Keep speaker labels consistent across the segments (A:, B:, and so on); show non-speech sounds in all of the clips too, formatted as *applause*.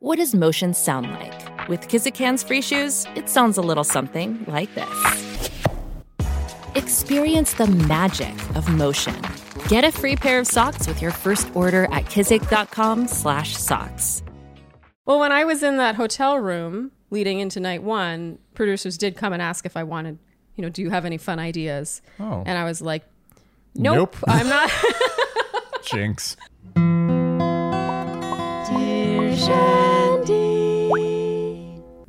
A: What does motion sound like? With Kizikans free shoes, it sounds a little something like this. Experience the magic of motion. Get a free pair of socks with your first order at kizik.com/socks.
B: Well, when I was in that hotel room leading into night one, producers did come and ask if I wanted, you know, do you have any fun ideas?
C: Oh.
B: And I was like, nope,
C: Nope.
B: *laughs* I'm
C: *laughs*
B: not.
C: Jinx.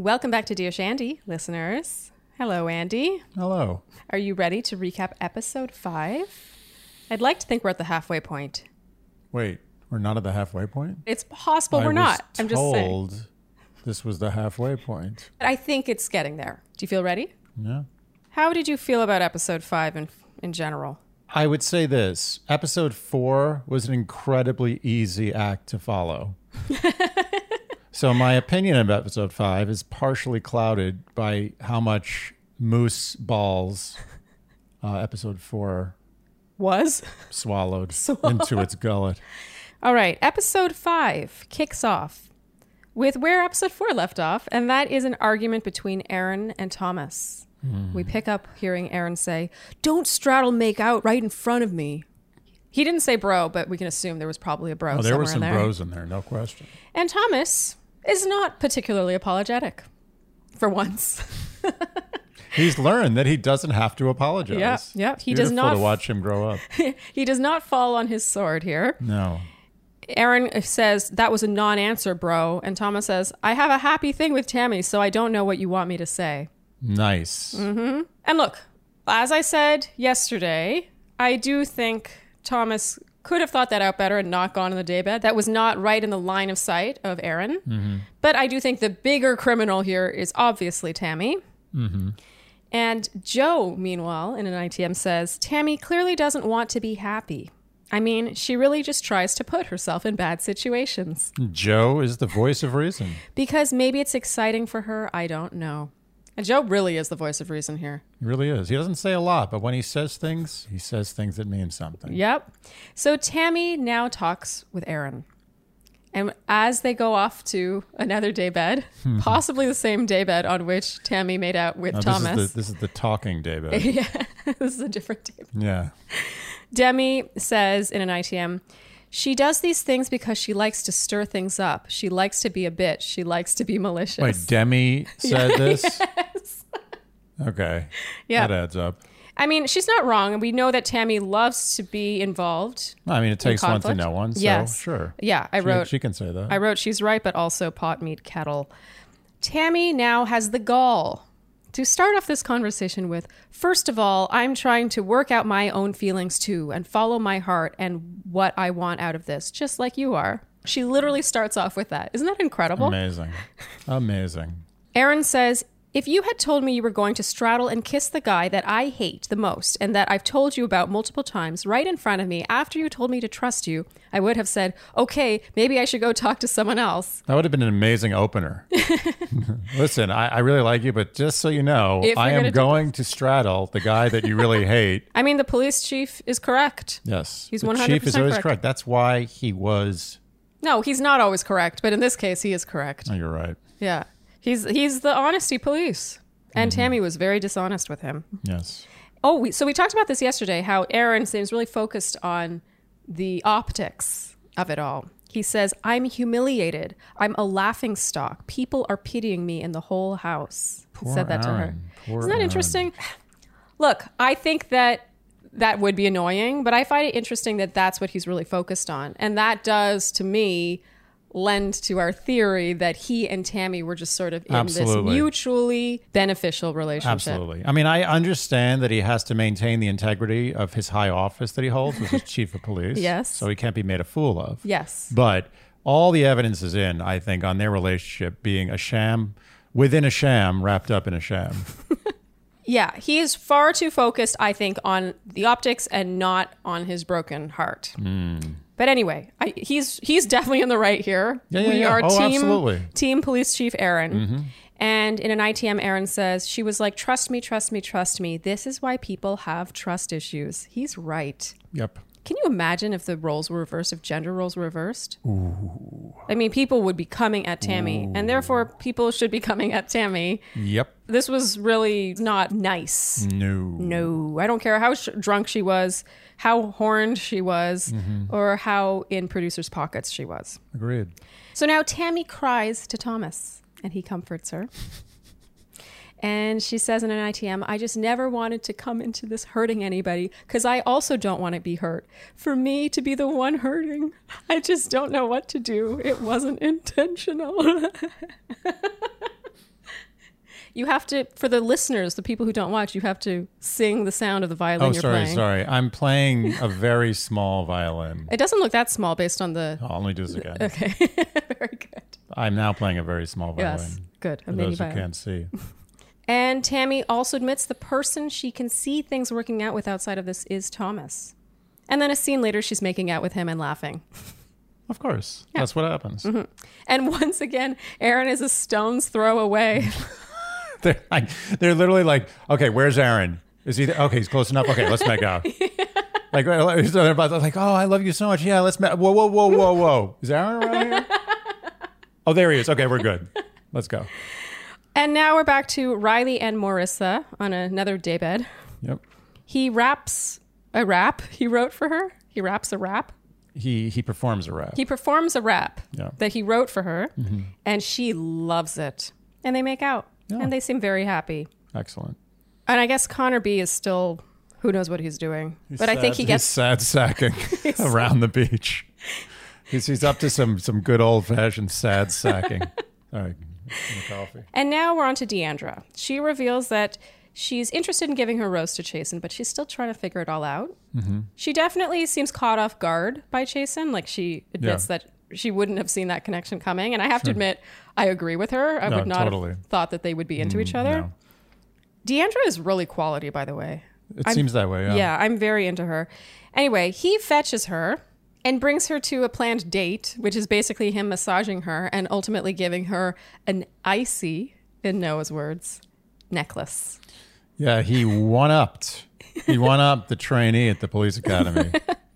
B: Welcome back to Dear Shandy, listeners. Hello, Andy.
C: Hello.
B: Are you ready to recap episode five? I'd like to think we're at the halfway point.
C: Wait, we're not at the halfway point?
B: It's possible
C: I
B: we're
C: was
B: not. I'm just saying.
C: told This was the halfway point.
B: But I think it's getting there. Do you feel ready?
C: Yeah.
B: How did you feel about episode five in, in general?
C: I would say this episode four was an incredibly easy act
B: *laughs*
C: to follow. so, my opinion of episode five is partially clouded by how much moose balls uh, episode four
B: Was? *laughs*
C: swallowed, into its gullet.
B: All right, episode five kicks off with where episode four left off, and that is an argument between Aaron and Thomas.
C: Hmm.
B: We pick up hearing Aaron say, Don't straddle make out right in front of me. He didn't say bro, but we can assume there was probably a bro.
C: Oh, there
B: somewhere
C: were
B: in
C: some
B: there.
C: bros in there, no question.
B: And Thomas is not particularly apologetic for once. *laughs*
C: He's learned that he doesn't have to apologize.
B: Yeah, yeah, he does
C: Beautiful
B: not-
C: to watch him
B: *laughs*
C: grow up.
B: he does not fall on his sword here.
C: No.
B: Aaron says, That was a non answer, bro. And Thomas says, I have a happy thing with Tammy, so I don't know what you want me to say.
C: Nice.
B: Mm-hmm. And look, as I said yesterday, I do think Thomas could have thought that out better and not gone in the daybed. That was not right in the line of sight of Aaron. But I do think the bigger criminal here is obviously Tammy. And Joe, meanwhile, in an ITM says, Tammy clearly doesn't want to be happy. I mean, she really just tries to put herself in bad situations.
C: Mm. Joe is the voice of reason.
B: Because maybe it's exciting for her, I don't know. And Joe really is the voice of reason here.
C: He really is. He doesn't say a lot, but when he says things, he says things that mean something.
B: Yep. So Tammy now talks with Aaron. And as they go off to another daybed, possibly the same daybed on which Tammy made out with
C: Hmm. Now,
B: Thomas. *laughs*
C: This is, the, this is the talking David.
B: this is a different daybed.
C: yeah.
B: Demi says in an ITM, she does these things because she likes to stir things up. She likes to be a bitch. She likes to be malicious.
C: Wait, Demi
B: *laughs*
C: said this? Okay.
B: Yeah.
C: That adds up.
B: I mean, she's not wrong. And we know that Tammy loves to be involved.
C: I mean, it takes one to
B: conflict?
C: know one, so
B: Yes.
C: sure.
B: Yeah, I
C: She-
B: wrote.
C: She can say that.
B: I wrote, she's right, but also pot meat kettle. Tammy now has the gall to start off this conversation with First of all, I'm trying to work out my own feelings too and follow my heart and what I want out of this, just like you are. She literally starts off with that. Isn't that incredible?
C: Amazing. Amazing.
B: Aaron says, if you had told me you were going to straddle and kiss the guy that I hate the most and that I've told you about multiple times right in front of me after you told me to trust you, I would have said, okay, maybe I should go talk to someone else.
C: That would have been an
B: *laughs*
C: amazing opener. Listen, I, I really like you, but just so you know,
B: If
C: I
B: you're gonna
C: am
B: do
C: going to straddle the guy that
B: *laughs*
C: you really hate.
B: I mean, the police chief is correct.
C: Yes.
B: He's
C: the
B: 100%
C: chief is always
B: correct.
C: correct. That's why he was.
B: No, he's not always correct, but in this case, he is correct.
C: Oh, you're right.
B: Yeah, he's he's the honesty police, and
C: Mm-hmm.
B: Tammy was very dishonest with him.
C: Yes.
B: Oh, we, so we talked about this yesterday. How Aaron seems really focused on the optics of it all. He says, "I'm humiliated. I'm a laughing stock. People are pitying me in the whole house." he
C: Poor
B: said that to her.
C: Aaron. Poor
B: Isn't that
C: Aaron.
B: interesting? Look, I think that that would be annoying, but I find it interesting that that's what he's really focused on. And that does, to me, lend to our theory that he and Tammy were just sort of in this
C: Absolutely.
B: mutually beneficial relationship.
C: Absolutely. I mean, I understand that he has to maintain the integrity of his high office that he holds, which is chief of
B: *laughs*
C: police.
B: Yes.
C: So he can't be made a fool of.
B: Yes.
C: But all the evidence is in, I think, on their relationship being a sham within a sham wrapped up in a sham.
B: Yeah, he is far too focused, I think, on the optics and not on his broken heart.
C: Hmm.
B: But anyway, I, he's he's definitely in the right here.
C: Yeah, yeah,
B: we
C: yeah.
B: are
C: Oh,
B: team
C: absolutely. Mm-hmm.
B: team police chief Aaron. And in an ITM, Aaron says she was like, "Trust me, trust me, trust me. This is why people have trust issues." He's right.
C: yep.
B: Can you imagine if the roles were reversed, if gender roles were reversed? I mean, people would be coming at Tammy, and therefore people should be coming at Tammy.
C: Yep.
B: This was really not nice.
C: No.
B: No, I don't care how sh- drunk she was, how horned she was, or how in producers' pockets she was.
C: Agreed.
B: So now Tammy cries to Thomas and he comforts her. And she says in an ITM, I just never wanted to come into this hurting anybody because I also don't want to be hurt. For me to be the one hurting, I just don't know what to do. It wasn't intentional. *laughs* you have to, for the listeners, the people who don't watch, you have to sing the sound of the violin
C: Oh,
B: you're
C: sorry,
B: playing.
C: sorry. I'm playing
B: *laughs*
C: a very small violin.
B: It doesn't look that small based on the. *laughs*
C: I'll only do this again.
B: Okay, very good.
C: I'm now playing a very small violin.
B: Yes, good. A
C: Oh, For
B: mini
C: those who
B: violin. *laughs*
C: can't see.
B: And Tammy also admits the person she can see things working out with outside of this is Thomas. And then a scene later, she's making out with him and laughing. *laughs*
C: Of course. That's what happens.
B: Mm-hmm. And once again, Aaron is a stone's throw away.
C: *laughs*
B: *laughs*
C: They're like, they're literally like, okay, where's Aaron? Is he? There? Okay, he's close enough. Okay, let's make
B: *laughs*
C: out. Like, so they're about like, oh, I love you so much. Yeah, let's. Ma- whoa, whoa, whoa, whoa, whoa. Is Aaron
B: *laughs*
C: around here? Oh, there he is. Okay, we're good. Let's go.
B: and now we're back to Riley and Marissa on another daybed.
C: Yep.
B: He raps a rap he wrote for her. He raps a rap.
C: He he performs a rap.
B: He performs a rap
C: Yeah. Mm-hmm.
B: that he wrote for her, and she loves it. And they make out, and they seem very happy.
C: Excellent.
B: And I guess Connor B is still who knows what he's doing. but I think he gets
C: He's
B: *laughs*
C: sad sacking *laughs* around the beach. He's, he's up to some some good old fashioned
B: *laughs*
C: sad sacking. All right, give me coffee.
B: And now we're on to Deandra. She reveals that she's interested in giving her rose to Chasen, but she's still trying to figure it all out.
C: Mm-hmm.
B: She definitely seems caught off guard by Chasen. Like she admits
C: Yeah.
B: that she wouldn't have seen that connection coming. And I have to admit, I agree with her. I
C: No,
B: would not
C: totally. Mm,
B: have thought that they would be into each other.
C: no.
B: Deandra is really quality, by the way.
C: It seems that way. Yeah.
B: Yeah, I'm very into her. Anyway, he fetches her and brings her to a planned date, which is basically him massaging her and ultimately giving her an icy, in Noah's words, necklace.
C: Yeah, he one upped. He one upped the trainee at the
B: *laughs*
C: police academy.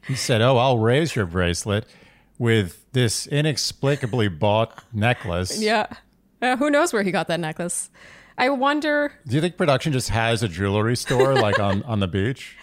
C: he said, "Oh, I'll raise your bracelet with this inexplicably bought necklace."
B: Yeah. Uh, who knows where he got that necklace? I wonder.
C: Do you think production just has a jewelry store like on on the beach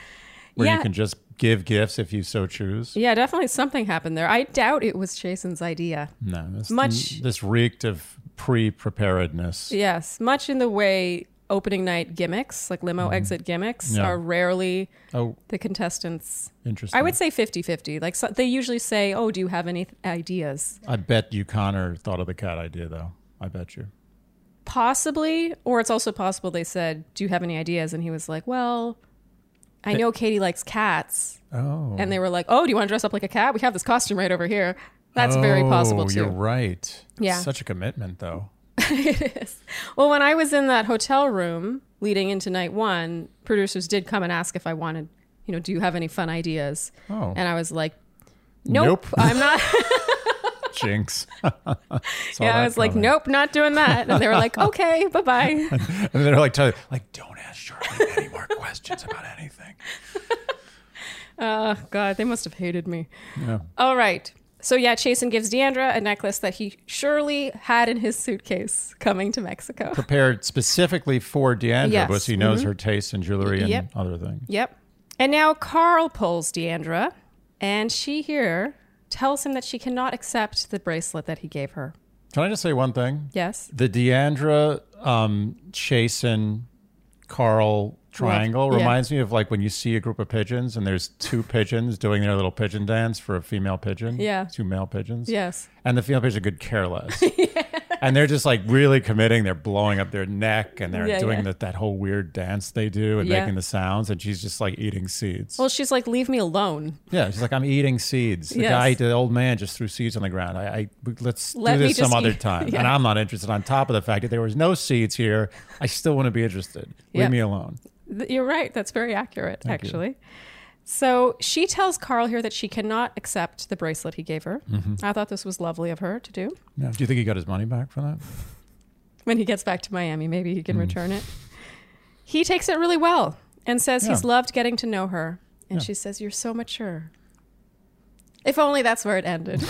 C: where
B: Yeah.
C: you can just give gifts if you so choose?
B: Yeah, definitely something happened there. I doubt it was Jason's idea.
C: No, this,
B: Much-
C: This reeked of pre-preparedness.
B: Yes, much in the way opening night gimmicks, like limo exit gimmicks,
C: Mm-hmm. Yeah.
B: are rarely
C: Oh,
B: the contestants'
C: interesting.
B: I would say 50 50. Like so, they usually say, Oh, do you have any th- ideas?
C: I bet you Connor thought of the cat idea, though. I bet you.
B: Possibly. Or it's also possible they said, Do you have any ideas? And he was like, Well, I know Katie likes cats.
C: Oh,
B: And they were like, Oh, do you want to dress up like a cat? We have this costume right over here. That's very possible too.
C: Oh, You're right.
B: Yeah.
C: Such a commitment, though.
B: Well, when I was in that hotel room leading into night one, producers did come and ask if I wanted, you know, do you have any fun ideas?
C: *laughs* Oh.
B: And I was like,
C: Nope.
B: Nope, I'm
C: *laughs*
B: not.
C: Jinx. *laughs* Saw
B: yeah, I
C: that
B: was like,
C: coming.
B: Nope, not doing that. And they were
C: *laughs*
B: like, Okay, bye bye.
C: And they're like, tell you, like, don't ask Charlie any more questions about anything.
B: Oh, God, they must have hated me. All right. So yeah, Chasen gives Deandra a necklace that he surely had in his suitcase coming to Mexico.
C: *laughs* Prepared specifically for
B: Yes.
C: Deandra,
B: Mm-hmm.
C: because he knows her taste in jewelry and
B: Yep.
C: other things.
B: Yep. And now Carl pulls Deandra, and she here tells him that she cannot accept the bracelet that he gave her.
C: Can I just say one thing?
B: Yes.
C: The Deandra, um, Chasen, Carl triangle
B: Love- yeah.
C: reminds me of like when you see a group of pigeons and there's two pigeons doing their little pigeon dance for a female pigeon.
B: Yeah.
C: Two male pigeons.
B: Yes.
C: And the female pigeon could
B: *laughs*
C: care less. And they're just like really committing. They're blowing up their neck and they're
B: Yeah,
C: doing
B: yeah.
C: that that whole weird dance they do and
B: Yeah.
C: making the sounds. And she's just like eating seeds.
B: Well, she's like, "Leave me alone.
C: yeah, she's like, I'm eating seeds. The
B: Yes.
C: guy, the old man, just threw seeds on the ground. I, I let's
B: Let
C: do
B: me
C: this some
B: just
C: other
B: eat." *laughs*
C: time.
B: Yeah.
C: And I'm not interested. On top of the fact that there was no seeds here, I still want to be interested. Leave
B: Yeah.
C: me alone.
B: Th- You're right. That's very accurate,
C: you.
B: actually." So she tells Carl here that she cannot accept the bracelet he gave her. I thought this was lovely of her to do.
C: No. Do you think he got his money back for that?
B: when he gets back to Miami, maybe he can return it. He takes it really well and says he's
C: Yeah.
B: loved getting to know her. And she says, You're so mature. If only that's where it ended.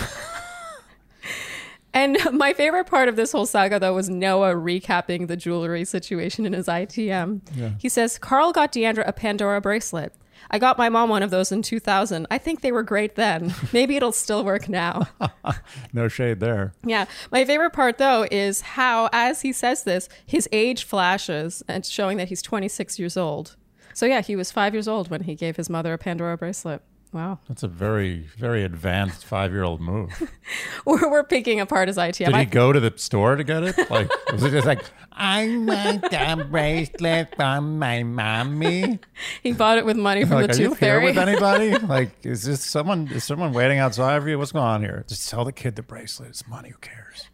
B: and my favorite part of this whole saga, though, was Noah recapping the jewelry situation in his ITM. He says, Carl got Deandra a Pandora bracelet. I got my mom one of those in 2000. I think they were great then. Maybe it'll still work now.
C: No shade there.
B: Yeah. My favorite part, though, is how, as he says this, his age flashes and showing that he's 26 years old. So, yeah, he was five years old when he gave his mother a Pandora bracelet. Wow. *laughs*
C: That's a very, very advanced five year old move.
B: We're, we're picking apart his ITM.
C: Did
B: I-
C: he go to the store to get it? Like, was it
B: *laughs*
C: just like, I want a bracelet from my mommy?
B: he bought it with money from
C: Like,
B: the
C: are you
B: Tooth
C: here
B: Fairy. *laughs*
C: with anybody? Like, is this someone? Is someone waiting outside for you? What's going on here? Just tell the kid the bracelet. It's money. Who cares?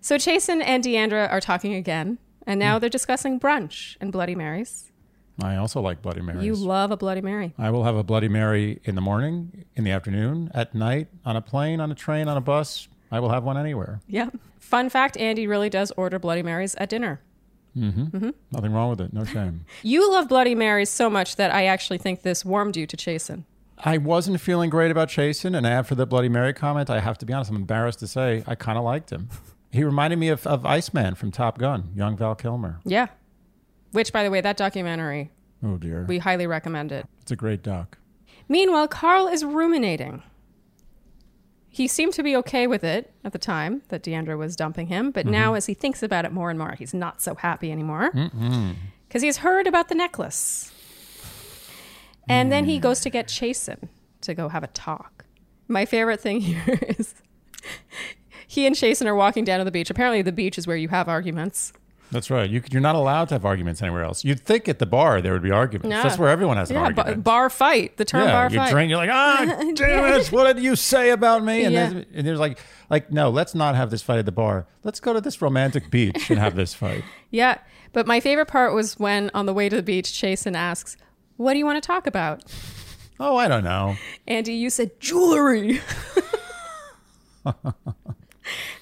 B: so, Chasen and Deandra are talking again, and
C: Hmm.
B: now they're discussing brunch and Bloody Marys.
C: I also like Bloody Marys.
B: You love a Bloody Mary.
C: I will have a Bloody Mary in the morning, in the afternoon, at night, on a plane, on a train, on a bus. I will have one anywhere.
B: Yep. Fun fact Andy really does order Bloody Marys at dinner.
C: Nothing wrong with it. No shame.
B: You love Bloody Marys so much that I actually think this warmed you to Chasen.
C: *laughs* I wasn't feeling great about Chasen, and after the Bloody Mary comment, I have to be honest. I'm embarrassed to say I kind of liked him. He reminded me of, of Iceman from Top Gun, young Val Kilmer.
B: Yeah. Which, by the way, that documentary,
C: Oh dear,
B: we highly recommend it.
C: it's a great doc.
B: Meanwhile, Carl is ruminating. He seemed to be okay with it at the time that Deandra was dumping him, but now
C: Mm-hmm.
B: as he thinks about it more and more, he's not so happy anymore because he's heard about the necklace. And then
C: Mm.
B: he goes to get Chasen to go have a talk. My favorite thing *laughs* here is he and Chasen are walking down to the beach. Apparently, the beach is where you have arguments.
C: That's right. You, you're not allowed to have arguments anywhere else. You'd think at the bar there would be arguments.
B: Yeah.
C: That's where everyone has an
B: Yeah, ba-
C: argument.
B: bar fight. The term
C: yeah,
B: bar
C: you
B: fight.
C: drink. You're like,
B: *laughs*
C: ah, damn it! What did you say about me? And,
B: Yeah.
C: there's, and there's like, like, no, let's not have this fight at the bar. Let's go to this romantic beach and have this
B: *laughs*
C: fight.
B: Yeah. But my favorite part was when on the way to the beach, Chasen asks, What do you want to talk about?
C: Oh, I don't know.
B: Andy, you said jewelry. *laughs*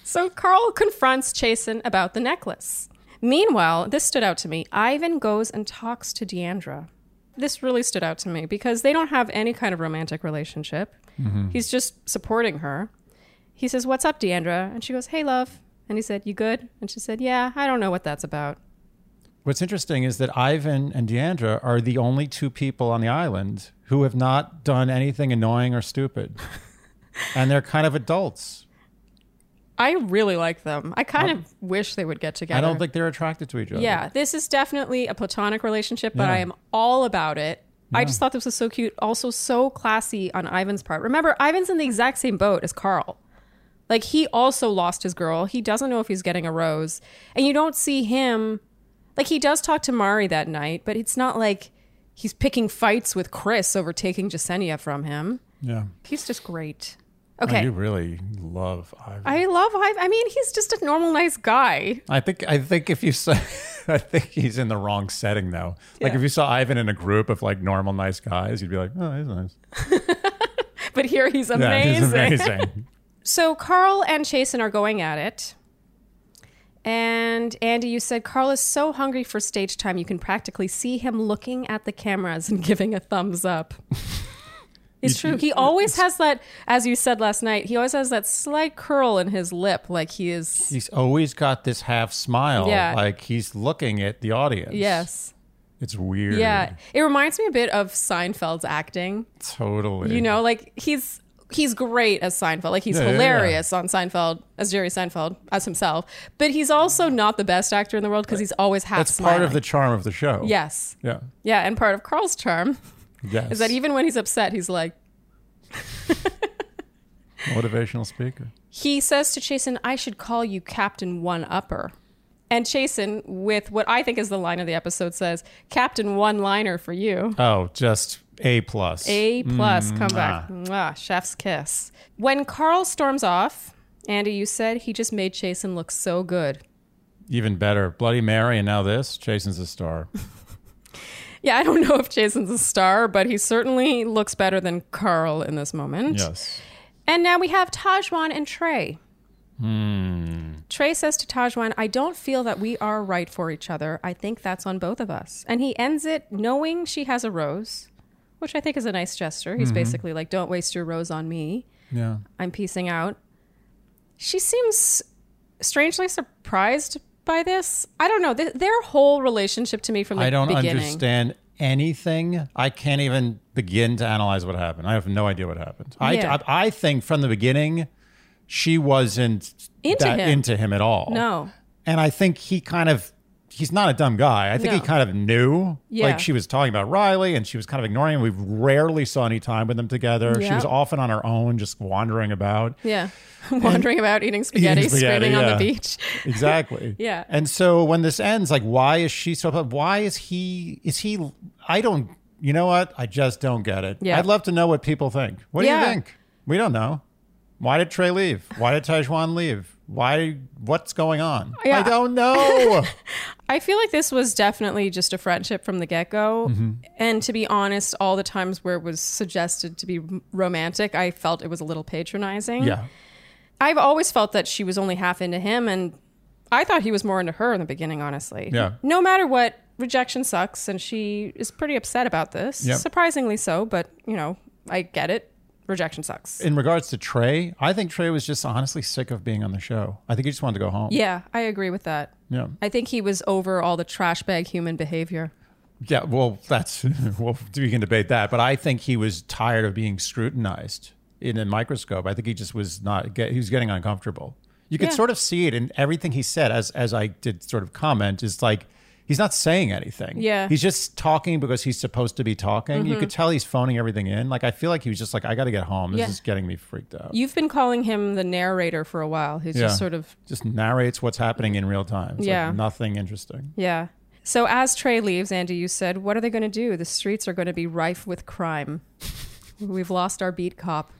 B: so Carl confronts Chasen about the necklace. Meanwhile, this stood out to me. Ivan goes and talks to Deandra. This really stood out to me because they don't have any kind of romantic relationship. He's just supporting her. He says, What's up, Deandra? And she goes, Hey, love. And he said, You good? And she said, Yeah, I don't know what that's about.
C: What's interesting is that Ivan and Deandra are the only two people on the island who have not done anything annoying or stupid,
B: *laughs*
C: and they're kind of adults.
B: I really like them. I kind of wish they would get together.
C: I don't think they're attracted to each other.
B: Yeah, this is definitely a platonic relationship, but
C: Yeah.
B: I am all about it. I just thought this was so cute. Also, so classy on Ivan's part. Remember, Ivan's in the exact same boat as Carl. Like, he also lost his girl. He doesn't know if he's getting a rose. And you don't see him. Like, he does talk to Mari that night, but it's not like he's picking fights with Chris over taking Jasenia from him.
C: yeah.
B: He's just great.
C: I
B: Okay.
C: do really love Ivan.
B: I love Ivan. I mean, he's just a normal, nice guy.
C: I think I think if you saw, *laughs* I think he's in the wrong setting though. Like
B: Yeah.
C: if you saw Ivan in a group of like normal nice guys, you'd be like, oh, he's nice.
B: *laughs* But here he's
C: Yeah,
B: amazing.
C: he's
B: *laughs*
C: amazing.
B: So Carl and Chasen are going at it. And Andy, you said Carl is so hungry for stage time, you can practically see him looking at the cameras and *laughs* giving a thumbs
C: *laughs*
B: up. It's true. He always has that, as you said last night, he always has that slight curl in his lip, like he is.
C: he's always got this half smile,
B: Yeah.
C: like he's looking at the audience.
B: Yes.
C: it's weird.
B: Yeah. It reminds me a bit of Seinfeld's acting.
C: totally.
B: You know, like he's he's great as Seinfeld. Like he's
C: Yeah, yeah,
B: hilarious on Seinfeld as Jerry Seinfeld as himself. But he's also not the best actor in the world because he's always half
C: that's
B: smiling.
C: part of the charm of the show.
B: yes,
C: yeah,
B: yeah, and part of Carl's charm
C: yes.
B: is that even when he's upset, he's like
C: motivational speaker?
B: he says to Chasen, "I should call you Captain One Upper." And Chasen, with what I think is the line of the episode, says, "Captain One Liner for you."
C: Oh, just a plus.
B: A plus comeback. Mwah, chef's kiss. When Carl storms off, Andy, you said he just made Jason look so good.
C: even better. Bloody Mary, and now this. Jason's
B: *laughs*
C: a star.
B: Yeah, I don't know if Jason's a star, but he certainly looks better than Carl in this moment.
C: yes.
B: And now we have Tajwan and Trey. Trey says to Tajwan, I don't feel that we are right for each other. I think that's on both of us. And he ends it knowing she has a rose, which I think is a nice gesture. He's basically like, don't waste your rose on me.
C: Yeah.
B: I'm piecing out. She seems strangely surprised by this. I don't know. Th- their whole relationship to me from the
C: I don't
B: beginning.
C: understand anything. I can't even begin to analyze what happened. I have no idea what happened. I,
B: Yeah.
C: I, I think from the beginning, she wasn't
B: Into
C: that
B: him.
C: into him at all.
B: No.
C: And I think he kind of, he's not a dumb guy. I think he
B: No.
C: kind of knew.
B: Yeah.
C: Like she was talking about Riley and she was kind of ignoring him. We rarely saw any time with them together. She
B: Yeah.
C: was often on her own, just wandering about.
B: Yeah. *laughs* Wandering about eating spaghetti,
C: spaghetti,
B: screaming on
C: yeah.
B: the beach. *laughs*
C: Exactly.
B: Yeah.
C: And so when this ends, like, why is she so? Why is he? Is he? I don't. You know what? I just don't get it.
B: Yeah.
C: I'd love to know what people think. What do
B: Yeah.
C: you think? We don't know. Why did Trey leave? Why did Tajwan leave? Why? What's going on?
B: Yeah.
C: I
B: *laughs*
C: don't know.
B: I feel like this was definitely just a friendship from the get go.
C: Mm-hmm.
B: And to be honest, all the times where it was suggested to be m- romantic, I felt it was a little patronizing.
C: yeah.
B: I've always felt that she was only half into him, and I thought he was more into her in the beginning, honestly.
C: Yeah.
B: No matter what, rejection sucks, and she is pretty upset about this.
C: Yep.
B: Surprisingly so, but, you know, I get it. Rejection sucks.
C: In regards to Trey, I think Trey was just honestly sick of being on the show. I think he just wanted to go home.
B: yeah, I agree with that.
C: Yeah.
B: I think he was over all the trash bag human behavior.
C: Yeah, well, that's *laughs* well, we can debate that, but I think he was tired of being scrutinized in a microscope. I think he just was not. Get, he was getting uncomfortable. You could
B: Yeah.
C: sort of see it in everything he said, as as I did sort of comment. Is like he's not saying anything.
B: Yeah. Mm-hmm.
C: he's just talking because he's supposed to be talking. You could tell he's phoning everything in. Like I feel like he was just like, I got to get home. This
B: Yeah.
C: is getting me freaked out.
B: You've been calling him the narrator for a while, who's
C: Yeah.
B: just sort of
C: just narrates what's happening in real time. It's like
B: Yeah.
C: nothing interesting.
B: Yeah. So as Trey leaves, Andy, you said, "What are they going to do? The streets are going to be rife with
C: *laughs*
B: crime. We've lost our beat cop.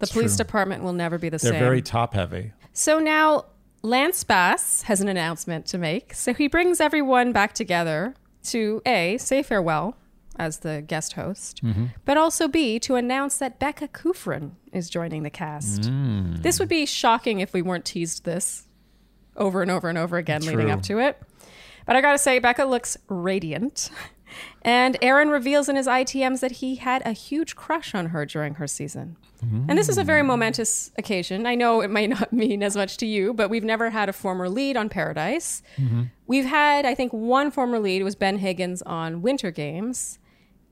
B: The police
C: true.
B: department will never be the
C: They're
B: same."
C: very top heavy.
B: so now Lance Bass has an announcement to make. So he brings everyone back together to a say farewell as the guest host, but also b to announce that Becca Kufrin is joining the cast. This would be shocking if we weren't teased this over and over and over again leading
C: True.
B: up to it. But I gotta say, Becca looks radiant. And Aaron reveals in his ITMs that he had a huge crush on her during her season. And this is a very momentous occasion. I know it might *laughs* not mean as much to you, but we've never had a former lead on Paradise. We've had, I think, one former lead. It was Ben Higgins on Winter Games.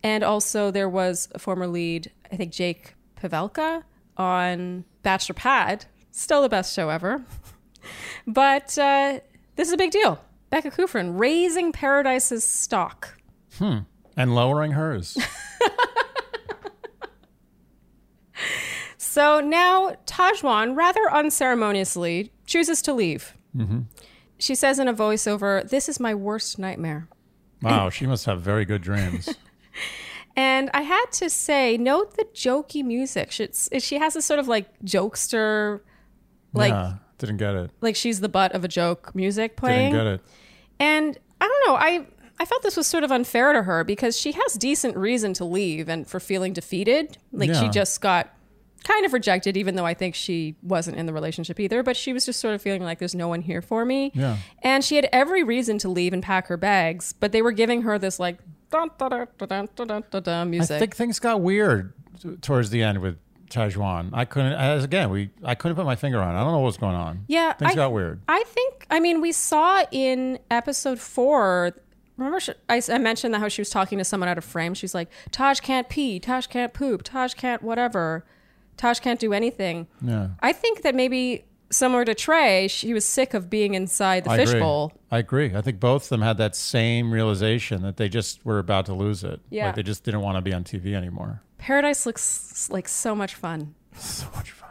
B: And also there was a former lead, I think Jake Pavelka on Bachelor Pad. Still the best show ever. *laughs* But uh, this is a big deal. Becca Kufrin raising Paradise's stock.
C: And
B: *laughs*
C: lowering hers.
B: So now Tajwan, rather unceremoniously, chooses to leave.
C: Mm-hmm.
B: She says in a voiceover, This is my worst nightmare.
C: wow, she must have very good dreams.
B: And I had to say, note the jokey music. She, it's- she has this sort of like jokester, like
C: yeah, didn't get it.
B: like she's the butt of a joke music
C: Didn't
B: playing.
C: get it.
B: And I don't know, I I felt this was sort of unfair to her because she has decent reason to leave and for feeling defeated. Like she
C: Yeah.
B: just got kind of rejected even though I think she wasn't in the relationship either, but she was just sort of feeling like there's no one here for me.
C: Yeah.
B: And she had every reason to leave and pack her bags, but they were giving her this like dun, dun, dun, dun, dun, dun, dun, dun, dun,
C: I
B: music.
C: think things got weird t- towards the end with Tajwan. I couldn't, as again, we I couldn't put my finger on. it. I don't know what's going on.
B: Yeah,
C: things
B: I-
C: got weird.
B: I think, I mean, we saw in episode four. Remember, she, I, I mentioned that how she was talking to someone out of frame. She's like, Taj can't pee, Taj can't poop, Taj can't whatever, Taj can't do anything.
C: Yeah,
B: I think that maybe similar to Trey, she was sick of being inside the
C: I agree.
B: fishbowl.
C: I agree. I think both of them had that same realization that they just were about to lose it.
B: Yeah.
C: like they just didn't want to be on TV anymore.
B: Paradise looks s- like so much fun.
C: So much fun.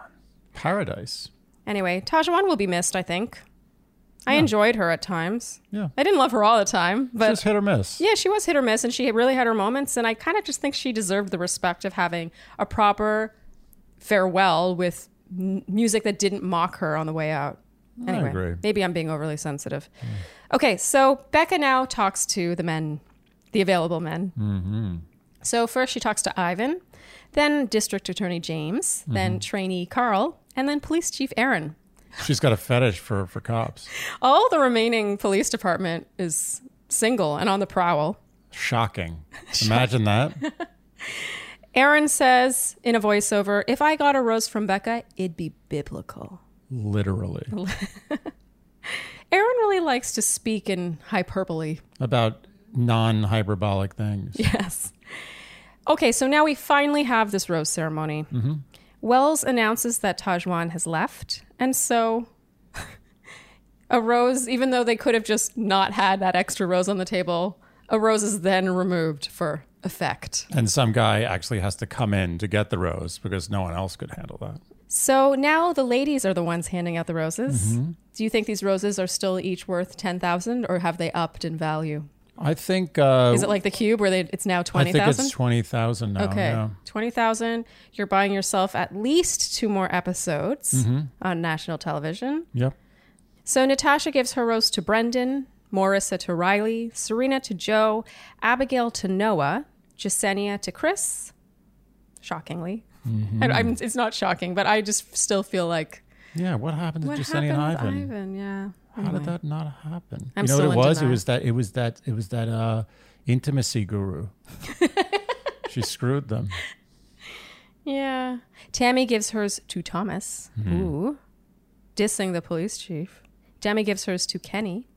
C: Paradise.
B: Anyway, Tajwan will be missed, I think. I enjoyed her at times.
C: Yeah.
B: I didn't love her all the time, but
C: just hit or miss.
B: Yeah, she was hit or miss, and she really had her moments. And I kind of just think she deserved the respect of having a proper farewell with m- music that didn't mock her on the way out. Anyway,
C: agree.
B: maybe I'm being overly sensitive. Okay, so Becca now talks to the men, the available men. So first she talks to Ivan, then District Attorney James, then trainee Carl, and then Police Chief Aaron.
C: She's got a fetish for for cops.
B: All the remaining police department is single and on the prowl. *laughs*
C: Shocking. Imagine that.
B: Aaron says in a voiceover, if I got a rose from Becca, it'd be biblical. *laughs*
C: literally
B: Aaron really likes to speak in hyperbole.
C: about non-hyperbolic things.
B: Yes. Okay, so now we finally have this rose ceremony. Wells announces that Tajwan has left, and so *laughs* a rose, even though they could have just not had that extra rose on the table, a rose is then removed for effect.
C: And some guy actually has to come in to get the rose because no one else could handle that.
B: So now the ladies are the ones handing out the roses. Do you think these roses are still each worth ten thousand, or have they upped in value?
C: I think uh,
B: Is it like the cube where they, it's now
C: I
B: twenty
C: think
B: thousand?
C: it's twenty thousand now.
B: Okay.
C: Yeah.
B: 20,000. You're buying yourself at least two more episodes
C: Mm-hmm.
B: on national television.
C: Yep.
B: So Natasha gives her rose to Brendan, Morissa to Riley, Serena to Joe, Abigail to Noah, Jasenia to Chris. Shockingly.
C: Mm-hmm.
B: I, I'm, it's not shocking, but I just still feel like
C: Yeah. What happened to
B: what
C: Justine and
B: happened with
C: Ivan?
B: Ivan? Yeah.
C: How did that not happen?
B: I'm
C: you know
B: still
C: what it
B: in
C: was? It
B: denial.
C: was that. It was that. It was that uh,
B: *laughs*
C: intimacy guru. she screwed them.
B: Yeah. Tammy gives hers to Thomas. Ooh. Dissing the police chief. Tammy gives hers to Kenny.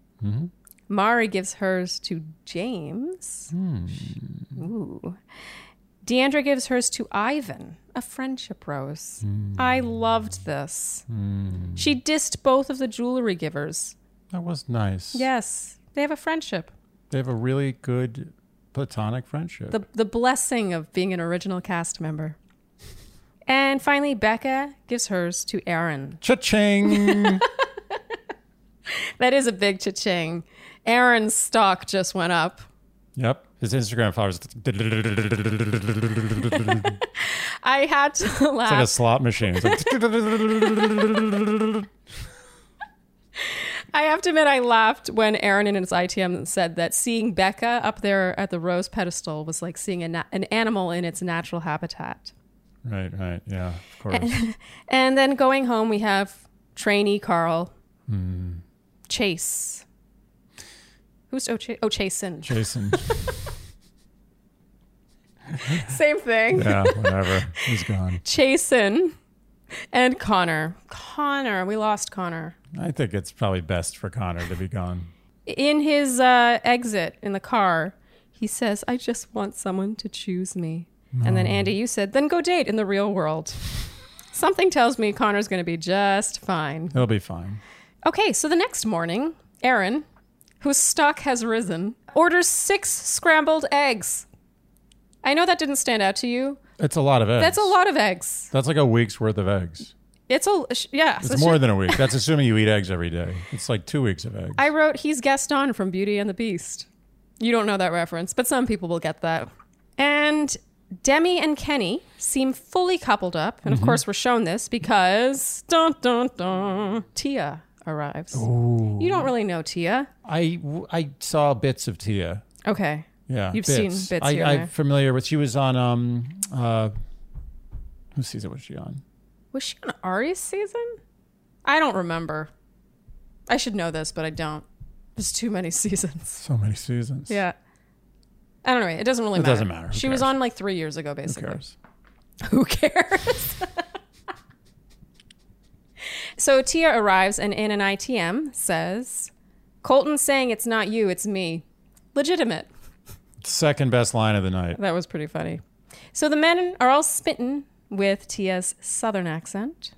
B: Mari gives hers to James. Ooh. Deandra gives hers to Ivan, a friendship rose. I loved this. She dissed both of the jewelry givers.
C: That was nice.
B: Yes, they have a friendship.
C: They have a really good platonic friendship.
B: the, the blessing of being an original cast member. And finally, Becca gives hers to Aaron. *laughs*
C: Cha-ching!
B: That is a big cha-ching. Aaron's stock just went up.
C: yep. His Instagram
B: *laughs*
C: followers. It's like
B: I had
C: *laughs*
B: to laugh.
C: a slot machine. It's *laughs* like
B: I have to admit, I laughed when Aaron in his ITM said that seeing Becca up there at the rose pedestal was like seeing a na- an animal in its natural habitat.
C: right, right. Yeah,
B: *laughs*
C: of course.
B: And then going home, we have trainee Carl,
C: Hmm.
B: Chase. Who's oh, Ch- oh Chasen?
C: *laughs* Jason.
B: Same thing.
C: Yeah, whatever. He's gone.
B: Chasen and Connor. Connor, we lost Connor.
C: I think it's probably best for Connor to be gone.
B: In his uh, exit in the car, he says, I just want someone to choose me. And then Andy, you said, then go date in the real world. Something tells me Connor's going to be just fine.
C: He'll be fine.
B: Okay, so the next morning, Aaron, whose stock has risen, orders six scrambled eggs. I know that didn't stand out to you.
C: It's a lot of eggs.
B: That's a lot of eggs.
C: That's like a week's worth of eggs.
B: It's a, yeah.
C: It's more than a week. That's assuming you eat eggs every day. It's like two weeks of eggs.
B: I wrote, he's Gaston from Beauty and the Beast. You don't know that reference, but some people will get that. And Demi and Kenny seem fully coupled up.
C: Mm-hmm.
B: And of course, we're shown this because dun, dun, dun, Tia arrives.
C: Oh.
B: You don't really know Tia.
C: I, I saw bits of Tia.
B: Okay.
C: Yeah,
B: You've seen bits
C: I,
B: here and
C: I'm
B: there.
C: familiar with. She was on um, uh, who season was she on?
B: Was she on Ari's season? I don't remember. I should know this, but I don't. There's too many *laughs* seasons.
C: So many seasons.
B: Yeah. I don't know. It doesn't really
C: It
B: matter.
C: doesn't matter. Who
B: She was
C: cares?
B: on like three years ago,
C: Who
B: basically.
C: cares?
B: *laughs* Who cares? *laughs* so Tia arrives and in an ITM says, Colton's saying it's not you, it's me. Legitimate.
C: Second best line of the night.
B: That was pretty funny. So the men are all smitten with Tia's southern accent.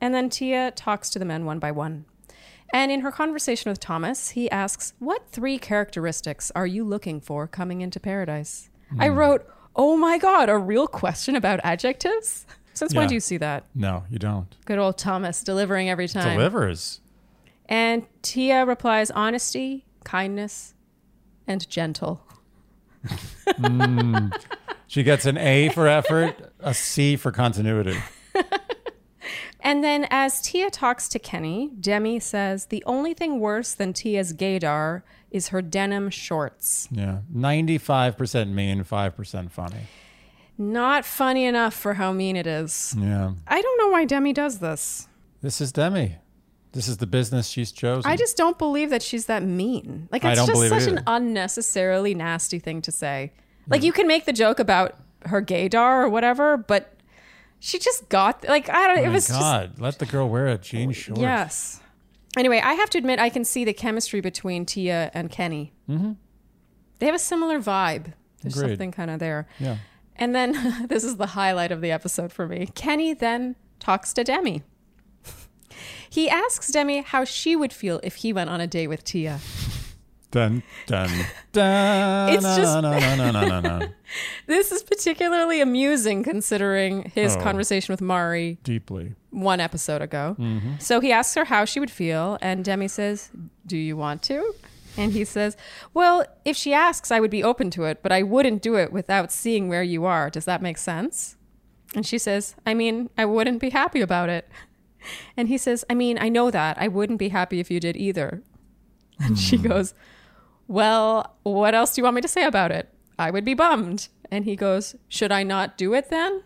B: And then Tia talks to the men one by one. And in her conversation with Thomas, he asks, What three characteristics are you looking for coming into paradise? I wrote, Oh my God, a real question about adjectives? Since when
C: Yeah.
B: do you see that?
C: No, you don't.
B: Good old Thomas delivering every time.
C: Delivers.
B: And Tia replies, Honesty, kindness, and gentle.
C: She gets an A for effort, a C for continuity.
B: And then as Tia talks to Kenny, Demi says the only thing worse than Tia's gaydar is her denim shorts.
C: Yeah, ninety-five percent mean, five percent funny.
B: Not funny enough for how mean it is.
C: Yeah,
B: I don't know why Demi does this.
C: this is Demi. This is the business she's chosen.
B: I just don't believe that she's that mean. Like
C: I
B: it's
C: don't
B: just
C: believe it Hmm.
B: such an
C: either.
B: unnecessarily nasty thing to say. Like you can make the joke about her gaydar or whatever, but she just got like I don't.
C: Oh My
B: it was just Oh,
C: God, let the girl wear a jean short.
B: Yes. Anyway, I have to admit, I can see the chemistry between Tia and Kenny. Mm-hmm. They have a similar vibe. There's
C: Agreed.
B: something kind of there.
C: Yeah.
B: And then *laughs* this is the highlight of the episode for me. Kenny then talks to Demi. *laughs* he asks Demi how she would feel if he went on a date with Tia.
C: Dun *laughs* dun dun.
B: It's
C: na,
B: just-
C: na, na, na, na, na, na.
B: This is particularly amusing considering his
C: Oh.
B: conversation with Mari
C: deeply.
B: one episode ago. So he asks her how she would feel, and Demi says, Do you want to? And he says, Well, if she asks, I would be open to it, but I wouldn't do it without seeing where you are. Does that make sense? And she says, I mean, I wouldn't be happy about it. And he says, I mean, I know that. I wouldn't be happy if you did either. And she goes, Well, what else do you want me to say about it? I would be bummed. And he goes, Should I not do it then?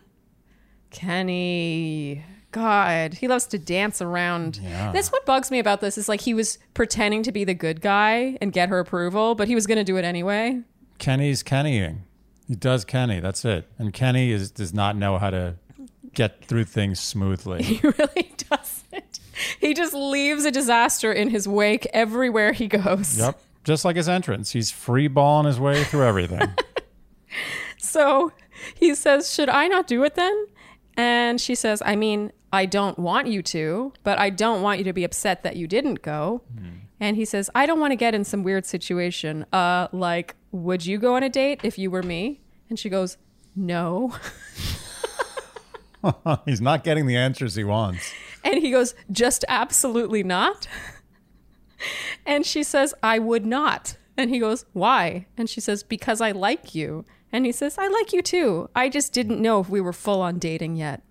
B: Kenny. God, he loves to dance around.
C: Yeah.
B: That's what bugs me about this is like he was pretending to be the good guy and get her approval, but he was going to do it anyway.
C: Kenny's Kennying. He does Kenny. That's it. And Kenny is does not know how to get through things
B: *laughs*
C: smoothly.
B: He really doesn't. He just leaves a disaster in his wake everywhere he goes.
C: yep. Just like his entrance, he's free balling his way through everything.
B: So he says, Should I not do it then? And she says, I mean, I don't want you to, but I don't want you to be upset that you didn't go. And he says, I don't want to get in some weird situation. Uh, like, would you go on a date if you were me? And she goes, No.
C: he's not getting the answers he wants.
B: And he goes, Just absolutely not. And she says, I would not. And he goes, Why? And she says, Because I like you. And he says, I like you too. I just didn't know if we were full on dating yet.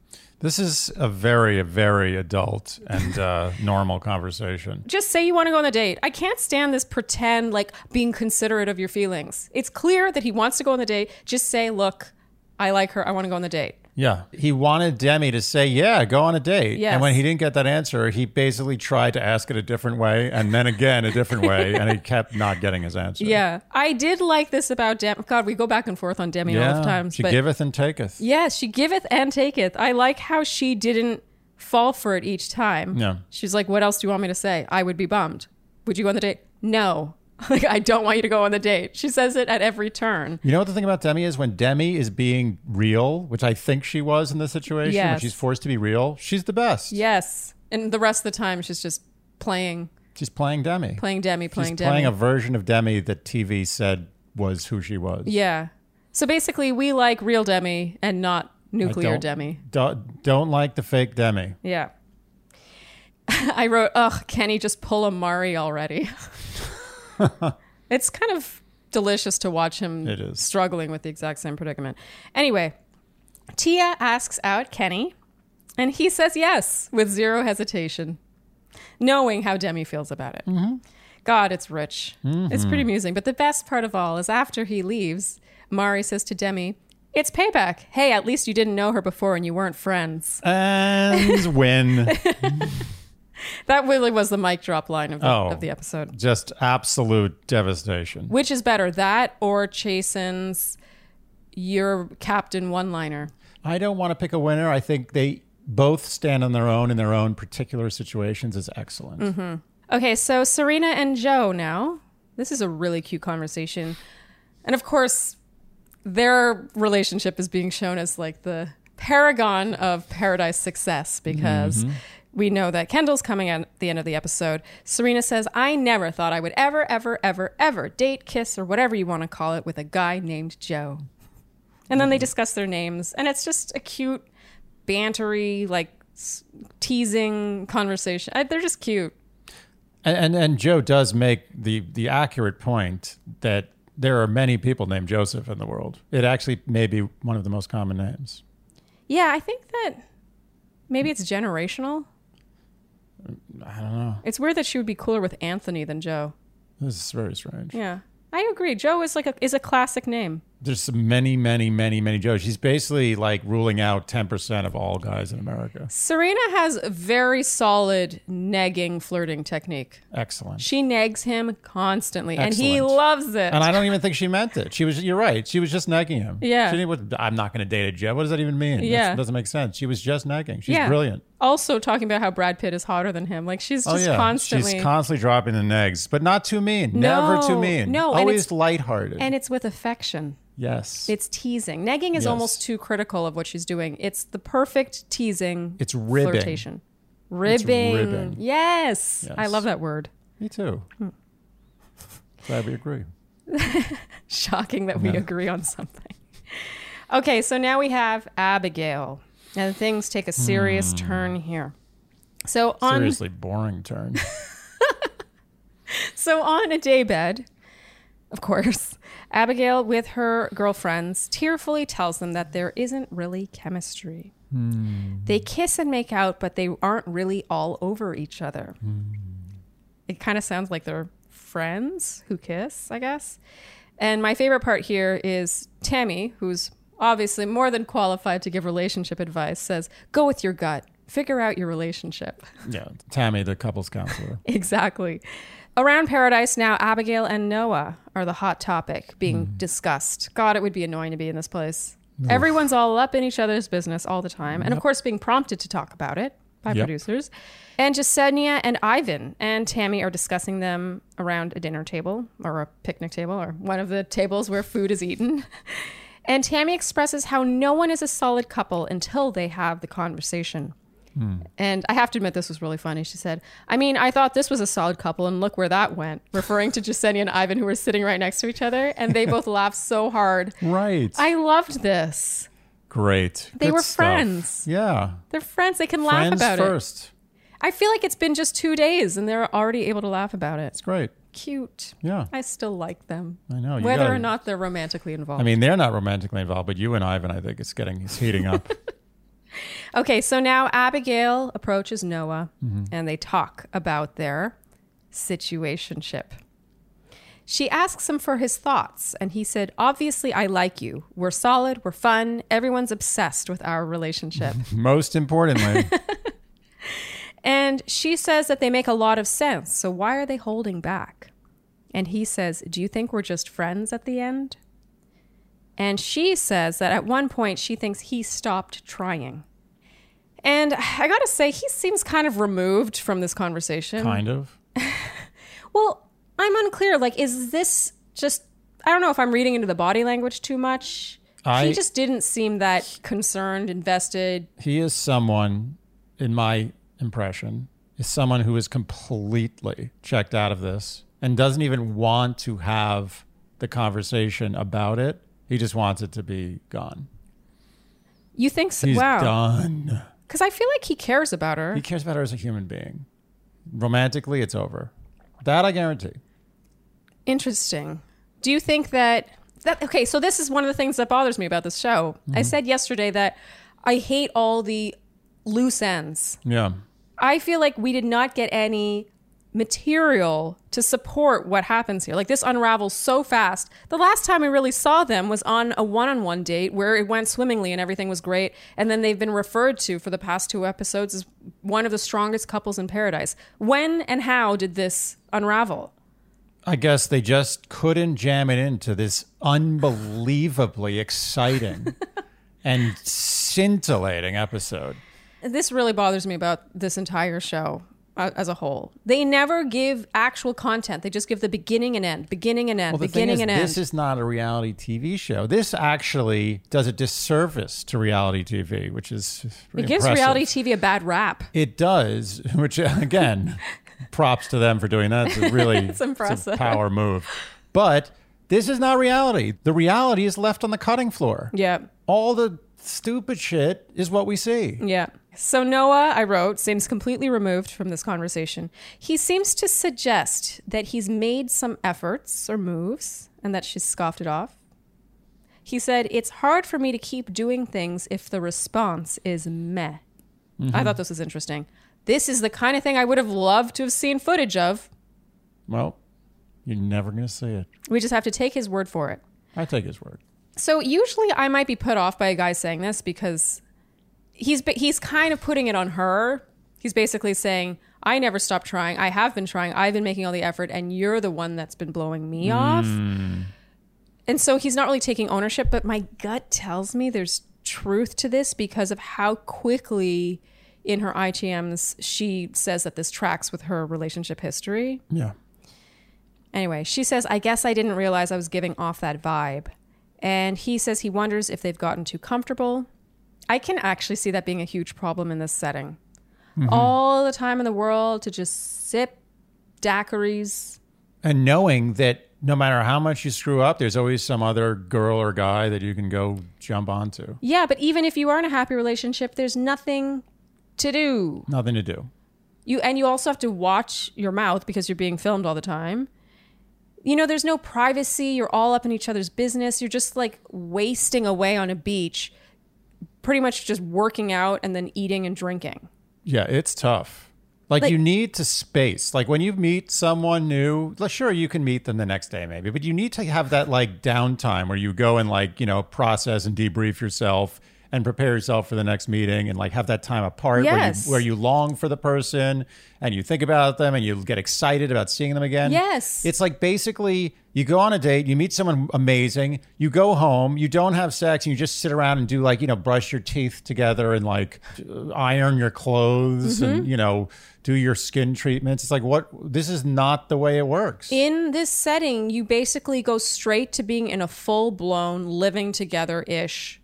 C: This is a very, very adult
B: *laughs*
C: and uh, normal conversation.
B: Just say you want to go on the date. I can't stand this pretend like being considerate of your feelings. It's clear that he wants to go on the date. Just say, Look, I like her. I want to go on the date.
C: Yeah. He wanted Demi to say, yeah, go on a date.
B: Yes.
C: And when he didn't get that answer, he basically tried to ask it a different way and then again a different
B: *laughs*
C: way. And he kept not getting his answer.
B: Yeah. I did like this about Demi. God, we go back and forth on Demi all
C: Yeah.
B: the times.
C: she
B: but-
C: giveth and taketh.
B: Yes, she giveth and taketh. I like how she didn't fall for it each time.
C: Yeah.
B: She's like, What else do you want me to say? I would be bummed. Would you go on the date? No. *laughs* Like, I don't want you to go on the date. She says it at every turn.
C: You know what the thing about Demi is when Demi is being real, which I think she was in this situation, when
B: Yes.
C: she's forced to be real, she's the best.
B: Yes. And the rest of the time, she's just playing,
C: She's playing Demi.
B: playing Demi,
C: she's
B: playing Demi.
C: playing a version of Demi that TV said was who she was.
B: yeah. So basically, we like real Demi and not
C: I
B: nuclear
C: don't-
B: Demi.
C: Don't, don't like the fake Demi.
B: Yeah. *laughs* I wrote, ugh, Kenny, just pull a Mari already.
C: *laughs*
B: it's kind of delicious to watch him
C: It is.
B: struggling with the exact same predicament. Anyway, Tia asks out Kenny, and he says yes with zero hesitation, knowing how Demi feels about it.
C: Mm-hmm.
B: God, it's rich. It's pretty amusing. But the best part of all is after he leaves, Mari says to Demi, it's payback. Hey, at least you didn't know her before and you weren't friends.
C: And win.
B: That really was the mic drop line of the,
C: Oh.
B: of the episode.
C: Just absolute devastation.
B: Which is better, that or Chasen's your captain one liner?
C: I don't want to pick a winner. I think they both stand on their own in their own particular situations is excellent.
B: Okay, so Serena and Joe now. This is a really cute conversation. And of course, their relationship is being shown as like the paragon of paradise success because we know that Kendall's coming at the end of the episode. Serena says, I never thought I would ever, ever, ever, ever date, kiss, or whatever you want to call it with a guy named Joe. And then they discuss their names, and it's just a cute, bantery, like s- teasing conversation. I, they're just cute.
C: And, and and Joe does make the the accurate point that there are many people named Joseph in the world. It actually may be one of the most common names.
B: Yeah, I think that maybe it's generational. I don't know. It's weird that she would be cooler with Anthony than Joe.
C: This is very strange.
B: Yeah. I agree. Joe is like a is a classic name.
C: there's some many, many, many, many jokes. She's basically like ruling out 10% of all guys in America.
B: Serena has a very solid negging flirting technique.
C: Excellent.
B: She negs him constantly, and he
C: Excellent.
B: loves it.
C: And I don't even think she meant it. She was, you're right. She was just nagging him.
B: Yeah.
C: She didn't, what- I'm not going to date a jet. What does that even mean? That's-
B: Yeah.
C: It doesn't make sense. She was just nagging. She's
B: Yeah.
C: brilliant. Oh,
B: also talking about how Brad Pitt is hotter than him. Like she's just constantly.
C: She's constantly dropping the nags, but not too mean. Never too
B: No,
C: mean.
B: no, and
C: Always
B: it's-
C: lighthearted.
B: and it's with affection.
C: yes.
B: It's teasing. Negging is
C: Yes.
B: almost too critical of what she's doing. It's the perfect teasing.
C: It's ribbing.
B: Flirtation. Ribbing.
C: ribbing.
B: Yes. I
C: Yes.
B: love that word. *laughs*
C: Me too.
B: Hmm.
C: Glad we agree.
B: Shocking that
C: Uh-huh.
B: we agree on something. Okay, so now we have Abigail. And things take a
C: Hmm.
B: serious turn here. So *laughs* on
C: Seriously,
B: *laughs*
C: boring turn.
B: So on a daybed, of course, Abigail with her girlfriends tearfully tells them that there isn't really chemistry. They kiss and make out, but they aren't really all over each other. It kind of sounds like they're friends who kiss, I guess. And my favorite part here is Tammy, who's obviously more than qualified to give relationship advice, says, Go with your gut, figure out your relationship.
C: yeah. Tammy, the couples counselor.
B: *laughs* Exactly. Around paradise now, Abigail and Noah are the hot topic being discussed. God, it would be annoying to be in this place. Everyone's all up in each other's business all the time. And of course, being prompted to talk about it by
C: Yep.
B: producers. And Jasenia and Ivan and Tammy are discussing them around a dinner table or a picnic table or one of the tables where food is eaten. *laughs* And Tammy expresses how no one is a solid couple until they have the conversation. And I have to admit, this was really funny. She said, I mean, I thought this was a solid couple, and look where that went, referring to Jasenia and Ivan, who were sitting right next to each other. And they both laughed so hard.
C: Right.
B: I loved this.
C: Great.
B: They
C: Good
B: were
C: stuff.
B: friends.
C: Yeah.
B: They're friends. They can laugh
C: Friends
B: about it.
C: first.
B: I feel like it's been just two days, and they're already able to laugh about it.
C: It's great.
B: Cute.
C: Yeah.
B: I still like them.
C: I know. Oh, You
B: Whether
C: gotta-
B: or not they're romantically involved.
C: I mean, they're not romantically involved, but you and Ivan, I think, it's getting, it's heating *laughs* up.
B: Okay, so now Abigail approaches Noah and they talk about their situationship. She asks him for his thoughts, and he said, Obviously, I like you. We're solid, we're fun, everyone's obsessed with our relationship.
C: Most importantly,
B: and she says that they make a lot of sense, so why are they holding back? And he says, Do you think we're just friends at the end? And she says that at one point she thinks he stopped trying. And I gotta say, he seems kind of removed from this conversation.
C: *laughs* kind of.
B: Well, I'm unclear. Like, is this just, I don't know if I'm reading into the body language too much.
C: I-
B: he just didn't seem that concerned, invested.
C: He is someone, in my impression, is someone who is completely checked out of this and doesn't even want to have the conversation about it. He just wants it to be gone.
B: You think so?
C: He's
B: wow.
C: *laughs* done.
B: Because I feel like he cares about her.
C: He cares about her as a human being. Romantically, it's over. That I guarantee.
B: Interesting. Do you think that that okay, so this is one of the things that bothers me about this show. I said yesterday that I hate all the loose ends.
C: Yeah.
B: I feel like we did not get any material to support what happens here. Like this unravels so fast. The last time we really saw them was on a one-on-one date where it went swimmingly and everything was great and then they've been referred to for the past two episodes as one of the strongest couples in paradise. When and how did this unravel?
C: I guess they just couldn't jam it into this
B: *laughs*
C: unbelievably exciting and scintillating episode.
B: This really bothers me about this entire show uh, as a whole. They never give actual content. They just give the beginning and end, beginning and end,
C: Well, the
B: beginning
C: thing
B: and
C: is,
B: end.
C: this is not a reality TV show. This actually does a disservice to reality TV, which is
B: it gives reality TV a bad rap.
C: It does, which again, props to them for doing that. It's a
B: *laughs*
C: really it's a
B: impressive.
C: power move. But this is not reality. The reality is left on the cutting floor.
B: Yeah.
C: All the stupid shit is what we see.
B: Yeah. So Noah, I wrote, seems completely removed from this conversation. He seems to suggest that he's made some efforts or moves and that she's scoffed it off. He said, It's hard for me to keep doing things if the response is meh. I thought this was interesting. This is the kind of thing I would have loved to have seen footage of.
C: Well, you're never going to see it.
B: We just have to take his word for it.
C: I take his word.
B: So usually I might be put off by a guy saying this because he's ba- he's kind of putting it on her. He's basically saying, "I never stopped trying. I have been trying. I've been making all the effort and you're the one that's been blowing me off." And so he's not really taking ownership, but my gut tells me there's truth to this because of how quickly in her ITMs she says that this tracks with her relationship history.
C: Yeah.
B: Anyway, she says, I guess I didn't realize I was giving off that vibe. And he says he wonders if they've gotten too comfortable. I can actually see that being a huge problem in this setting. All the time in the world to just sip daiquiris.
C: And knowing that no matter how much you screw up, there's always some other girl or guy that you can go jump onto.
B: Yeah, but even if you are in a happy relationship, there's nothing to do.
C: Nothing to do.
B: You and you also have to watch your mouth because you're being filmed all the time. You know, there's no privacy. You're all up in each other's business. You're just like wasting away on a beach, pretty much just working out and then eating and drinking.
C: Yeah, it's tough. Like,
B: Like-
C: you need to space. Like when you meet someone new, like, sure you can meet them the next day maybe, but you need to have that like downtime where you go and like, you know, process and debrief yourself and prepare yourself for the next meeting and like have that time apart
B: Yes.
C: where, you, where you long for the person and you think about them and you get excited about seeing them again.
B: Yes.
C: Mm. It's like basically you go on a date, you meet someone amazing, you go home, you don't have sex, and you just sit around and do like, you know, brush your teeth together and like iron your clothes and, you know, do your skin treatments. It's like, what? This is not the way it works.
B: In this setting, you basically go straight to being in a full blown living together ish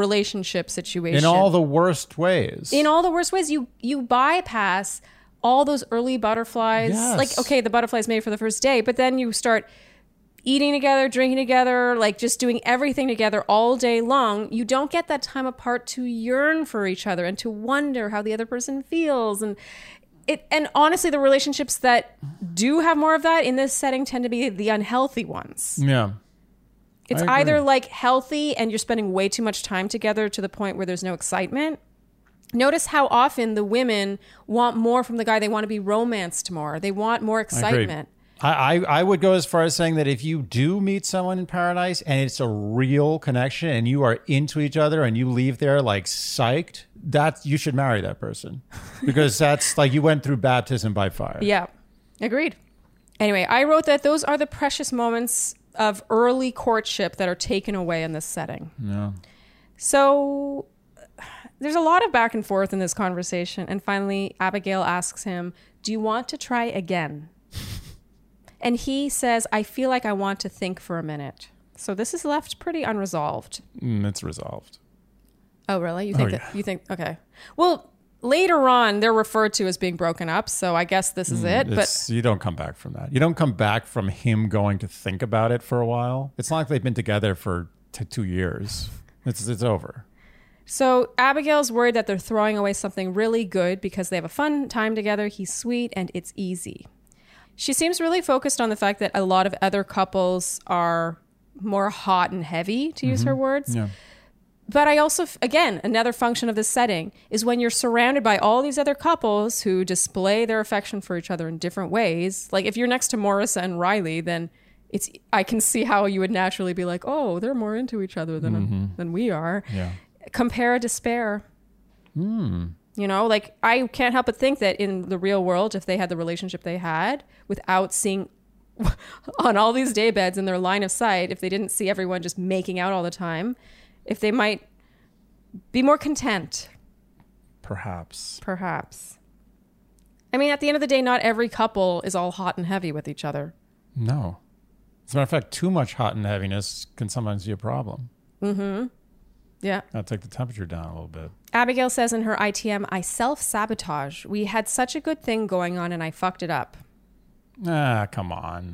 B: relationship situation.
C: in all the worst ways.
B: in all the worst ways you you bypass all those early butterflies
C: Yes.
B: like okay the butterflies made for the first day but then you start eating together drinking together like just doing everything together all day long you don't get that time apart to yearn for each other and to wonder how the other person feels and it and honestly the relationships that do have more of that in this setting tend to be the unhealthy ones
C: yeah.
B: it's
C: I agree.
B: either like healthy and you're spending way too much time together to the point where there's no excitement. Notice how often the women want more from the guy. They want to be romanced more. They want more excitement.
C: I, I, I would go as far as saying that if you do meet someone in paradise and it's a real connection and you are into each other and you leave there like psyched, that you should marry that person *laughs* because that's like you went through baptism by fire.
B: Yeah, agreed. Anyway, I wrote that those are the precious moments of early courtship that are taken away in this setting.
C: Yeah.
B: So there's a lot of back and forth in this conversation. And finally, Abigail asks him, Do you want to try again?
C: *laughs*
B: And he says, I feel like I want to think for a minute. So this is left pretty unresolved.
C: Mm, it's resolved.
B: Oh, really? You think
C: Oh,
B: that you think okay. Well, later on they're referred to as being broken up, so I guess this is it. But
C: Hmm, It's, you don't come back from that. You don't come back from him going to think about it for a while. It's not like they've been together for t- two years. It's, it's over.
B: so Abigail's worried that they're throwing away something really good because they have a fun time together, he's sweet and it's easy. She seems really focused on the fact that a lot of other couples are more hot and heavy, to use her words.
C: Mm-hmm. Yeah.
B: But I also, f- again, another function of this setting is when you're surrounded by all these other couples who display their affection for each other in different ways. Like if you're next to Morissa and Riley, then it's I can see how you would naturally be like, oh, they're more into each other than than we are.
C: Mm-hmm. Yeah.
B: Compare despair. You know, like I can't help but think that in the real world, if they had the relationship they had without seeing *laughs* on all these day beds in their line of sight, if they didn't see everyone just making out all the time, if they might be more content,
C: Perhaps.
B: perhaps. I mean, at the end of the day, not every couple is all hot and heavy with each other.
C: No. As a matter of fact, too much hot and heaviness can sometimes be a problem.
B: Yeah.
C: I'll take the temperature down a little bit.
B: Abigail says in her ITM, I self sabotage. We had such a good thing going on and I fucked it up.
C: Ah,
B: *laughs*
C: come on.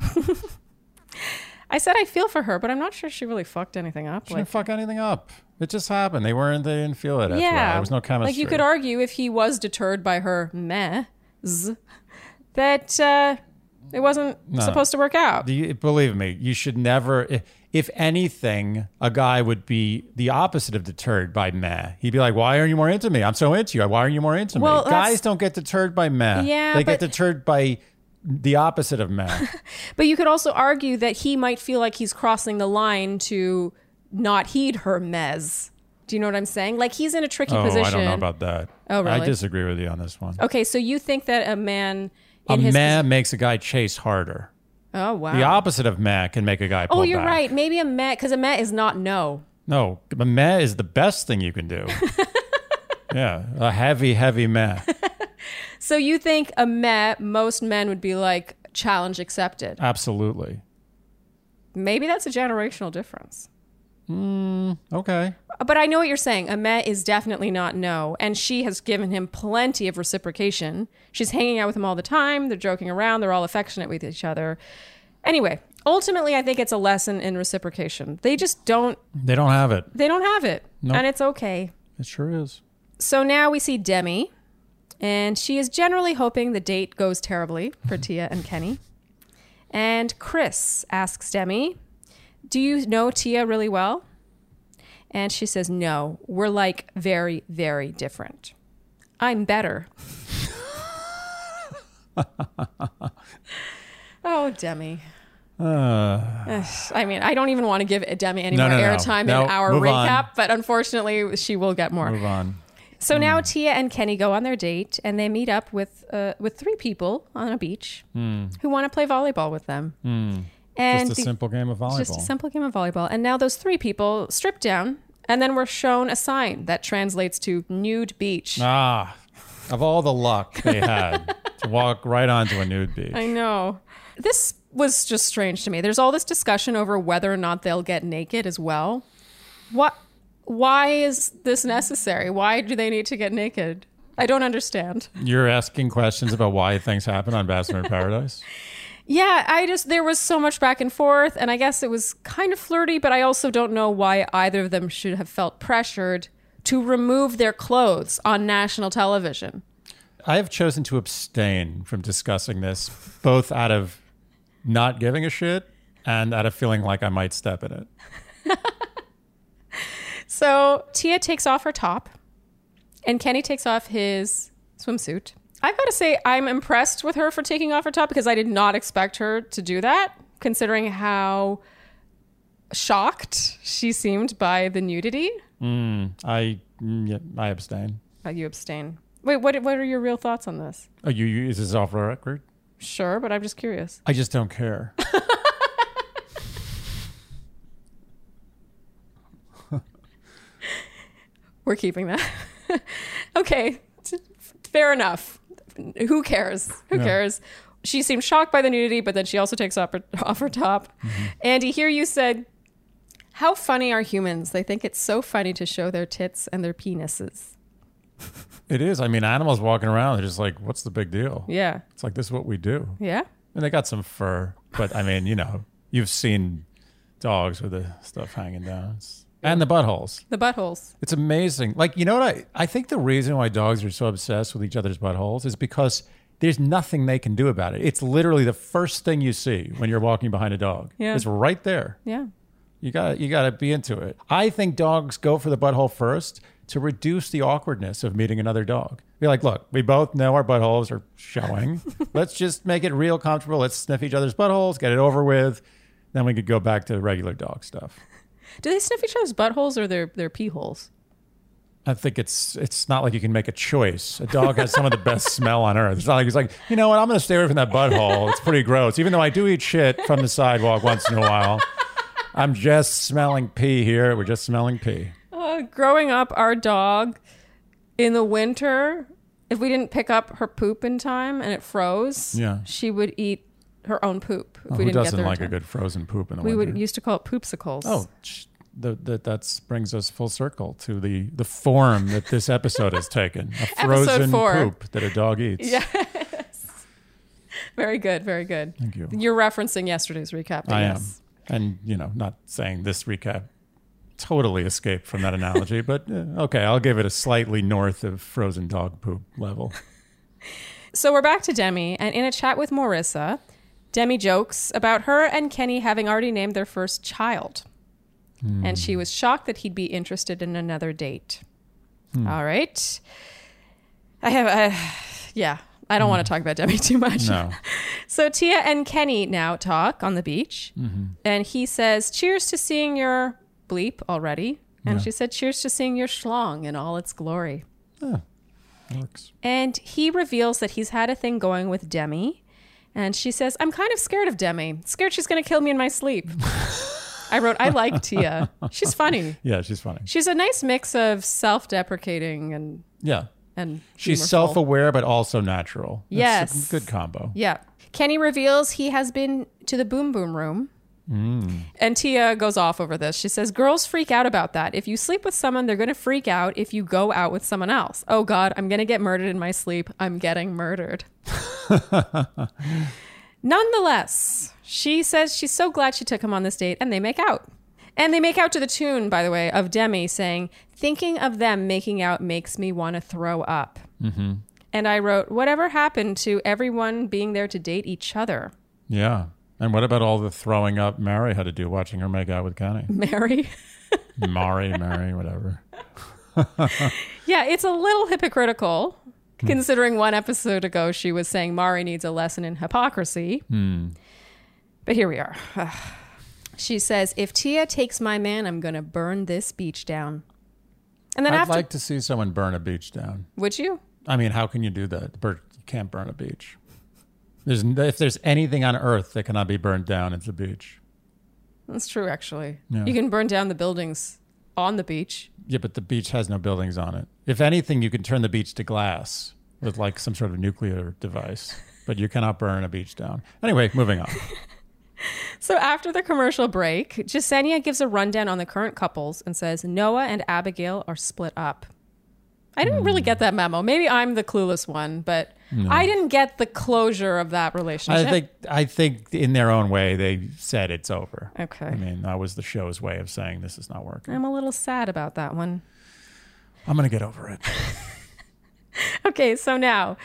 B: I said I feel for her, but I'm not sure she really fucked anything up.
C: She didn't fuck anything up. It just happened. They weren't. They didn't feel it. After that. there was no chemistry.
B: Like you could argue if he was deterred by her mehs, that uh, it wasn't supposed to work out.
C: Do you- believe me, you should never. i- If anything, a guy would be the opposite of deterred by meh. He'd be like, "Why aren't you more into me? I'm so into you. Why aren't you more into
B: Well,
C: me?"
B: that's-
C: Guys don't get deterred by meh.
B: Yeah,
C: they get
B: but-
C: deterred by
B: *laughs*
C: the opposite of meh.
B: But you could also argue that he might feel like he's crossing the line to not heed Hermes. Do you know what I'm saying? Like he's in a tricky
C: Oh,
B: position.
C: I don't know about that.
B: Oh,
C: I
B: really?
C: disagree with you on this one.
B: okay, so you think that a man
C: a
B: in his
C: man makes a guy chase harder.
B: oh wow
C: The opposite of meh can make a guy. Pull
B: oh you're
C: back.
B: right maybe a met because a met is not no
C: No, a meh is the best thing you can
B: *laughs*
C: do. yeah, a heavy, heavy meh.
B: So you think a met most men would be like challenge accepted?
C: Absolutely.
B: Maybe that's a generational difference.
C: Okay.
B: But I know what you're saying. A met is definitely not no, and she has given him plenty of reciprocation. She's hanging out with him all the time. They're joking around. They're all affectionate with each other. Anyway, ultimately, I think it's a lesson in reciprocation. They just don't.
C: They don't have it.
B: They don't have it, and it's okay.
C: It sure is.
B: So now we see Demi, and she is generally hoping the date goes terribly
C: *laughs*
B: for Tia and Kenny. And Chris asks Demi, Do you know Tia really well? And she says, No, we're like very, very different. I'm
C: *laughs*
B: better. oh, Demi.
C: Uh,
B: Ugh, I mean, I don't even want to give Demi any
C: No,
B: more
C: no, no.
B: airtime
C: No,
B: in our
C: move on.
B: recap, but unfortunately, she will get more.
C: Move on. Hmm.
B: So now Tia and Kenny go on their date, and they meet up with uh, with three people on a beach who want to play volleyball with them. And
C: Hmm. Just a
B: the-
C: simple game of volleyball.
B: just a simple game of volleyball. And now those three people strip down, and then we're shown a sign that translates to nude beach.
C: ah, of all the luck
B: *laughs*
C: they had to walk right onto a nude beach.
B: I know. This was just strange to me. There's all this discussion over whether or not they'll get naked as well. What? Why is this necessary? Why do they need to get naked? I don't understand.
C: You're asking questions about why things happen on Bachelor in
B: *laughs*
C: Paradise.
B: Yeah, I just there was so much back and forth, and I guess it was kind of flirty, but I also don't know why either of them should have felt pressured to remove their clothes on national television.
C: I have chosen to abstain from discussing this, both out of not giving a shit and out of feeling like I might step in it.
B: So Tia takes off her top, and Kenny takes off his swimsuit. I've got to say, I'm impressed with her for taking off her top because I did not expect her to do that, considering how shocked she seemed by the nudity.
C: I mm, yeah, I abstain.
B: Uh, you abstain. Wait, what, what are your real thoughts on this?
C: Oh, you, you is this off record?
B: Sure, but I'm just curious.
C: I just don't care.
B: We're keeping that. *laughs* okay, t- fair enough. Who cares? Who cares? She seemed shocked by the nudity, but then she also takes off her, *laughs* off her top. Andy, here you said, How funny are humans? They think it's so funny to show their tits and their penises.
C: *laughs* it is. I mean, animals walking around, they're just like, what's the big deal?
B: Yeah.
C: It's like this is what we do.
B: Yeah.
C: And they got some fur, but I mean, you know, you've seen dogs with the stuff hanging down. It's- and the buttholes.
B: The buttholes.
C: It's amazing. Like, you know what I I think the reason why dogs are so obsessed with each other's buttholes is because there's nothing they can do about it. It's literally the first thing you see when you're walking behind a dog.
B: Yeah.
C: It's right there.
B: Yeah.
C: You got you got to be into it. I think dogs go for the butthole first to reduce the awkwardness of meeting another dog. Be like, look, we both know our buttholes are showing. Let's just make it real comfortable. Let's sniff each other's buttholes, get it over with. Then we could go back to regular dog stuff.
B: Do they sniff each other's buttholes or their, their pee holes?
C: I think it's it's not like you can make a choice. A dog has some of the best smell on earth. It's not like it's like, you know what, I'm gonna stay away from that butthole. It's pretty gross. Even though I do eat shit from the sidewalk once in a while. I'm just smelling pee here. We're just smelling pee.
B: Uh, growing up, our dog in the winter, if we didn't pick up her poop in time and it froze,
C: Yeah. Oh,
B: she would eat her own poop. If we
C: Who
B: didn't
C: doesn't
B: get there in
C: like a
B: time.
C: good frozen poop in the
B: We
C: winter?
B: would used to call it poopsicles.
C: oh, sh- the, the, that brings us full circle to the the form that this episode has taken.
B: *laughs*
C: A frozen
B: four.
C: poop that a dog eats. Yeah.
B: very good, very good. *laughs*
C: Thank you.
B: You're referencing yesterday's recap. but
C: I am.
B: yes.
C: And, you know, not saying this recap totally escaped from that analogy, *laughs* but uh, okay, I'll give it a slightly north of frozen dog poop
B: *laughs*
C: level.
B: So we're back to Demi, and in a chat with Marissa, Demi jokes about her and Kenny having already named their first child, and she was shocked that he'd be interested in another date. All right, I have, I, yeah, I don't want to talk about Demi *laughs* too much.
C: No.
B: So Tia and Kenny now talk on the beach, and he says, "Cheers to seeing your bleep already. And she said, Cheers to seeing your schlong in all its glory.
C: Works.
B: And he reveals that he's had a thing going with Demi. And she says, I'm kind of scared of Demi. Scared she's going to kill me in my sleep. I wrote, I like Tia. She's funny.
C: Yeah, she's funny.
B: She's a nice mix of self deprecating and,
C: Yeah.
B: and
C: She's
B: humorful.
C: self aware, but also natural. It's a
B: Yes.
C: good combo.
B: Yeah. Kenny reveals he has been to the boom boom room. And Tia goes off over this. She says, Girls freak out about that. If you sleep with someone, they're going to freak out if you go out with someone else. Oh, God, I'm going to get murdered in my sleep. I'm getting murdered. Nonetheless, she says she's so glad she took him on this date and they make out. And they make out to the tune, by the way, of Demi saying, Thinking of them making out makes me want to throw up. And I wrote, Whatever happened to everyone being there to date each other? *laughs*
C: Yeah. And what about all the throwing up Mary had to do watching her make out
B: *laughs*
C: with Kenny?
B: Mary?
C: Mari, Mary, whatever.
B: yeah, it's a little hypocritical
C: Hmm.
B: considering one episode ago she was saying Mari needs a lesson in hypocrisy.
C: Hmm.
B: But here we are. *sighs* she says, If Tia takes my man, I'm going to burn this beach down. And then
C: I'd
B: after,
C: like to see someone burn a beach down.
B: would you?
C: I mean, how can you do that? Bur- You can't burn a beach. There's n- if there's anything on earth that cannot be burned down, it's a beach.
B: That's true, actually.
C: Yeah.
B: You can burn down the buildings on the beach.
C: Yeah, but the beach has no buildings on it. If anything, you can turn the beach to glass with like some sort of nuclear device, but you cannot burn a beach down. Anyway, moving on.
B: So after the commercial break, Jasenia gives a rundown on the current couples and says Noah and Abigail are split up. I didn't really get that memo. Maybe I'm the clueless one, but I didn't get the closure of that
C: I
B: relationship.
C: think I think in their own way they said it's over.
B: Okay.
C: I mean, that was the show's way of saying this is not working.
B: I'm a little sad about that one.
C: I'm gonna get over it.
B: *laughs* Okay, so now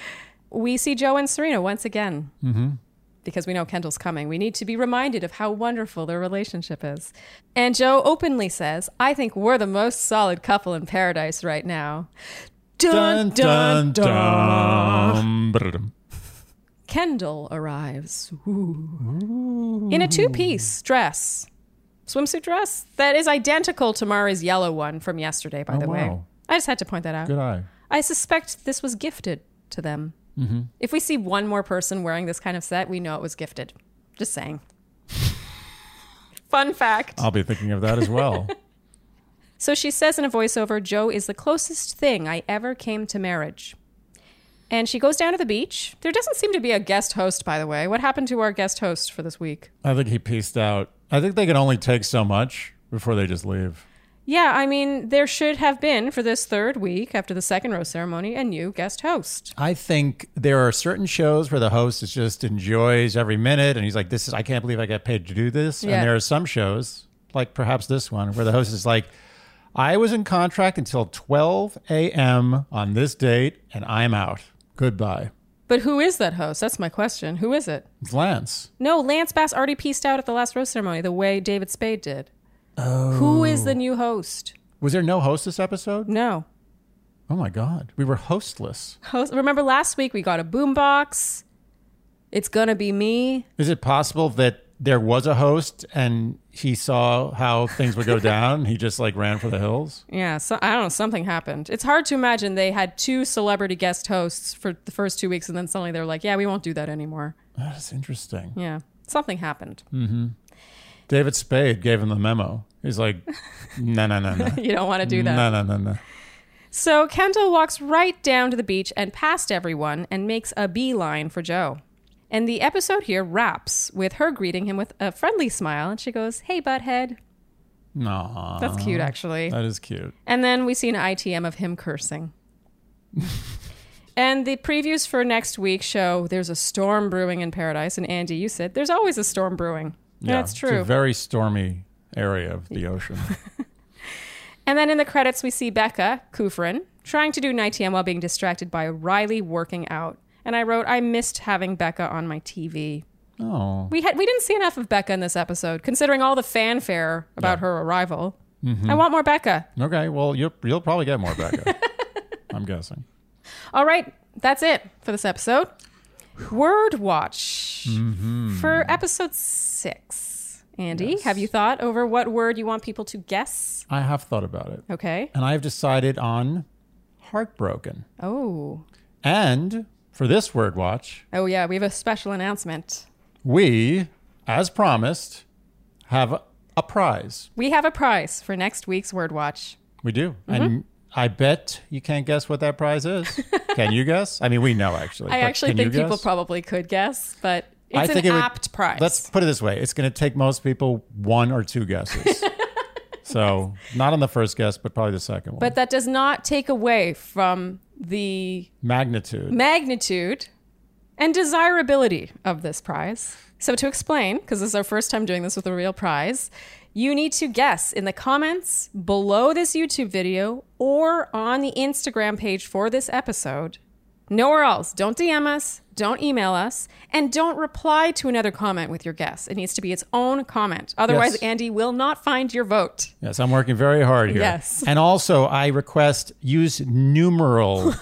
B: we see Joe and Serena once again. Mm-hmm. Because we know Kendall's coming. We need to be reminded of how wonderful their relationship is. And Joe openly says, I think we're the most solid couple in paradise right now. Dun, dun, dun.
C: dun. Ba-da-dum.
B: Kendall arrives. Ooh. In a two piece dress, swimsuit dress that is identical to Mara's yellow one from yesterday, by
C: Oh,
B: the way.
C: wow.
B: I just had to point that out.
C: Good eye.
B: I suspect this was gifted to them. If we see one more person wearing this kind of set, we know it was gifted. Just saying. Fun fact.
C: I'll be thinking of that
B: *laughs*
C: as well.
B: So she says in a voiceover, Joe is the closest thing I ever came to marriage. And she goes down to the beach. There doesn't seem to be a guest host, by the way. What happened to our guest host for this week?
C: I think he pieced out. I think they can only take so much before they just leave.
B: Yeah, I mean, there should have been for this third week after the second rose ceremony a new guest host.
C: I think there are certain shows where the host is just enjoys every minute and he's like, This is I can't believe I got paid to do this.
B: Yeah.
C: And there are some shows, like perhaps this one, where the host is like, I was in contract until twelve AM on this date and I'm out. Goodbye.
B: But who is that host? That's my question. Who is it?
C: It's Lance.
B: No, Lance Bass already pieced out at the last rose ceremony the way David Spade did. Oh. Who is the new host?
C: Was there no host this episode?
B: No.
C: Oh my god. We were hostless.
B: host. Remember last week we got a boombox. It's gonna be me.
C: Is it possible that there was a host and he saw how things would go down? He just like ran for the hills?
B: Yeah, so I don't know. Something happened. It's hard to imagine they had two celebrity guest hosts for the first two weeks, and then suddenly they're like, "Yeah, we won't do that anymore."
C: That is interesting.
B: Yeah, something happened.
C: David Spade gave him the memo.
B: *laughs*
C: He's like, no, no, no, no.
B: *laughs* You don't want to do that.
C: No, no, no, no.
B: So Kendall walks right down to the beach and past everyone and makes a beeline for Joe. And the episode here wraps with her greeting him with a friendly smile, and she goes, "Hey, butthead."
C: Aw, Uh.
B: That's cute, actually.
C: that is cute.
B: And then we see an ITM of him
C: *laughs*
B: cursing. and the previews for next week show there's a storm brewing in paradise. And Andy, you said there's always a storm brewing.
C: Yeah,
B: That's
C: It's
B: true.
C: a very stormy area of the
B: *laughs*
C: ocean.
B: and then in the credits, we see Becca Kufrin trying to do an ITM while being distracted by Riley working out. And I wrote, I missed having Becca on my TV.
C: oh,
B: We had we didn't see enough of Becca in this episode, considering all the fanfare about her arrival. I want more Becca.
C: okay. Well, you'll, you'll probably get more
B: *laughs*
C: Becca. I'm guessing.
B: All right, that's it for this episode. Word Watch for episode six. Andy, have you thought over what word you want people to guess?
C: I have thought about it.
B: Okay.
C: And I've decided on heartbroken.
B: Oh.
C: And for this word watch,
B: Oh, yeah. We have a special announcement.
C: we, as promised, have a prize.
B: We have a prize for next week's Word Watch.
C: We do.
B: Mm-hmm.
C: And I bet you can't guess what that
B: *laughs*
C: prize is. Can you guess? I mean, we know actually.
B: I
C: but
B: actually
C: can you
B: think people
C: guess?
B: probably could guess, but it's
C: I
B: an
C: think it would-
B: apt prize.
C: Let's put it this way it's going to take most people one or two
B: *laughs*
C: guesses. so, not on the first guess, but probably the second one.
B: but that does not take away from the
C: Magnitude.
B: magnitude and desirability of this prize. So, to explain, because this is our first time doing this with a real prize, you need to guess in the comments below this YouTube video or on the Instagram page for this episode. Nowhere else. Don't DM us, don't email us, and don't reply to another comment with your guess. It needs to be its own comment. Otherwise,
C: Yes.
B: Andy will not find your vote.
C: Yes, I'm working very hard here.
B: Yes.
C: And also, I request
B: *laughs*
C: use numeral.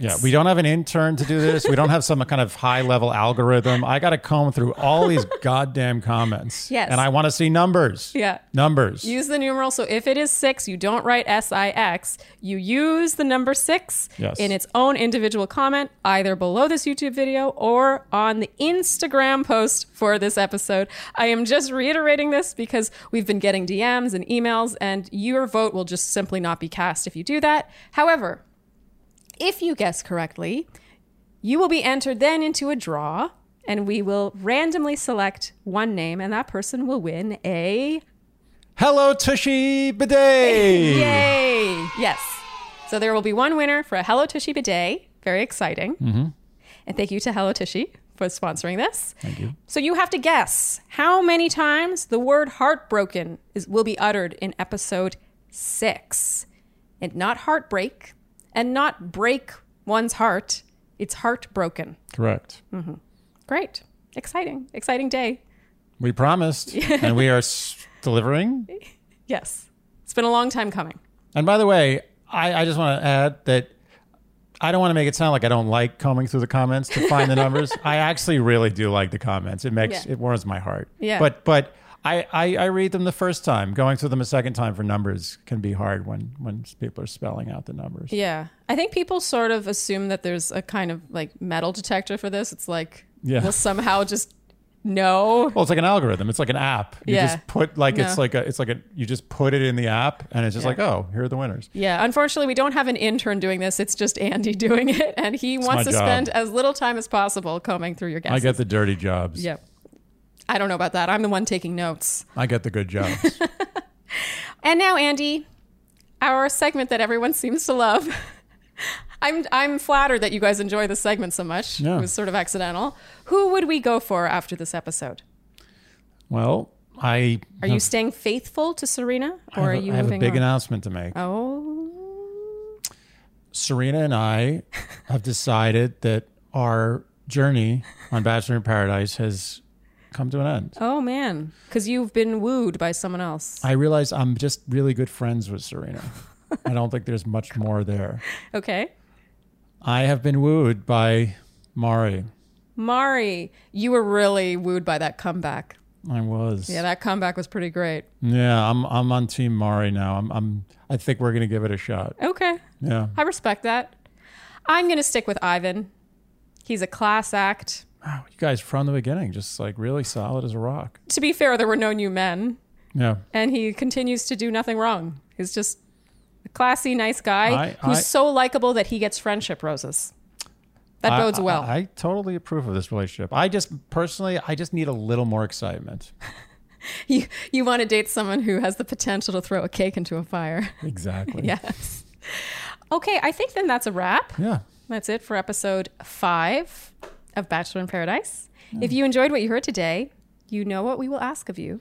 C: yeah, we don't have an intern to do this. We don't have some kind of high level algorithm. I got to comb through all
B: *laughs*
C: these goddamn comments.
B: Yes.
C: And I want to see numbers.
B: Yeah.
C: Numbers.
B: Use the numeral. So if it is six, you don't write S I X. You use the number six
C: Yes.
B: in its own individual comment, either below this YouTube video or on the Instagram post for this episode. I am just reiterating this because we've been getting DMs and emails, and your vote will just simply not be cast if you do that. However, if you guess correctly, you will be entered then into a draw, and we will randomly select one name, and that person will win a
C: Hello, Tushy Bidet.
B: Yay! Yes. So there will be one winner for a Hello Tushy bidet. Very exciting. And thank you to Hello Tushy for sponsoring this. Thank you. So you have to guess how many times the word heartbroken is will be uttered in episode six. And not heartbreak, and not break one's heart. It's heartbroken.
C: Correct.
B: Great. Exciting. Exciting day. *laughs*
C: We promised, and we are s- delivering.
B: Yes. It's been a long time coming.
C: And by the way, I, I just want to add that I don't want to make it sound like I don't like combing through the comments to find
B: *laughs*
C: the numbers. I actually really do like the comments. It makes
B: Yeah.
C: it warms my heart.
B: Yeah.
C: But but I, I I read them the first time. Going through them a second time for numbers can be hard when when people are spelling out the numbers.
B: Yeah. I think people sort of assume that there's a kind of like metal detector for this. It's like
C: Yeah.
B: we'll somehow just know.
C: Well, it's like an algorithm. It's like an app. You
B: Yeah.
C: just put like it's
B: No.
C: like a it's like a you just put it in the app and it's just like, oh, here are the winners.
B: Yeah. Unfortunately, we don't have an intern doing this. It's just Andy *laughs* doing it and he wants
C: my
B: to
C: job.
B: spend as little time as possible combing through your guesses.
C: I get the dirty jobs.
B: Yep. I don't know about that. I'm the one taking notes.
C: I get the good jobs.
B: *laughs* And now Andy, our segment that everyone seems to love. *laughs* I'm I'm flattered that you guys enjoy this segment so much.
C: Yeah.
B: It was sort of accidental. Who would we go for after this episode?
C: well, I
B: Are you staying faithful to Serena, or
C: I have a-
B: are you
C: I have a
B: moving
C: big
B: on?
C: announcement to make.
B: oh,
C: Serena
B: *laughs*
C: and I have decided that our journey on Bachelor in Paradise has come to an end.
B: oh man, because you've been wooed by someone else.
C: I realize I'm just really good friends with Serena. I don't think there's much
B: *laughs*
C: more there.
B: Okay,
C: I have been wooed by Mari.
B: Mari, you were really wooed by that comeback.
C: I was.
B: Yeah,
C: Yeah,
B: that comeback was pretty great.
C: I'm I'm on team Mari now. I'm I'm I think we're going to give it a shot.
B: Okay,
C: Yeah.
B: I respect that. I'm gonna stick with Ivan. He's a class act.
C: Wow, you guys from the beginning just like really solid as a rock.
B: To be fair, there were no new men,
C: Yeah.
B: and he continues to do nothing wrong. He's just a classy, nice guy
C: I-
B: who's
C: I-
B: so likable that he gets friendship roses. That
C: I-
B: bodes
C: I-
B: well.
C: I, totally approve of this relationship. I just personally, I just need a little more excitement.
B: *laughs* you you want to date someone who has the potential to throw a cake into a fire.
C: *laughs*
B: *laughs*
C: Exactly.
B: yes. Okay, I think then that's a wrap.
C: Yeah.
B: That's it for episode five of Bachelor in Paradise. If you enjoyed what you heard today, you know what we will ask of you.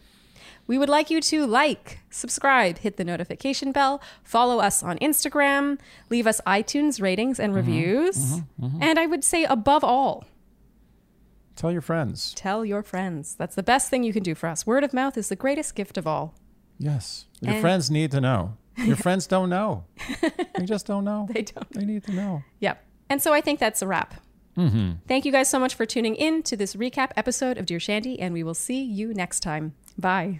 B: We would like you to like, subscribe, hit the notification bell, follow us on Instagram, leave us iTunes ratings and reviews. And I would say, above all,
C: Tell your friends.
B: tell your friends. That's the best thing you can do for us. Word of mouth is the greatest gift of all. *laughs*
C: Yes. Your
B: And-
C: friends need to know.
B: *laughs*
C: Your friends don't know. They just don't know.
B: They don't
C: They need to know.
B: Yep. And so I think that's a wrap. Thank you guys so much for tuning in to this recap episode of Dear Shandy, and we will see you next time. Bye.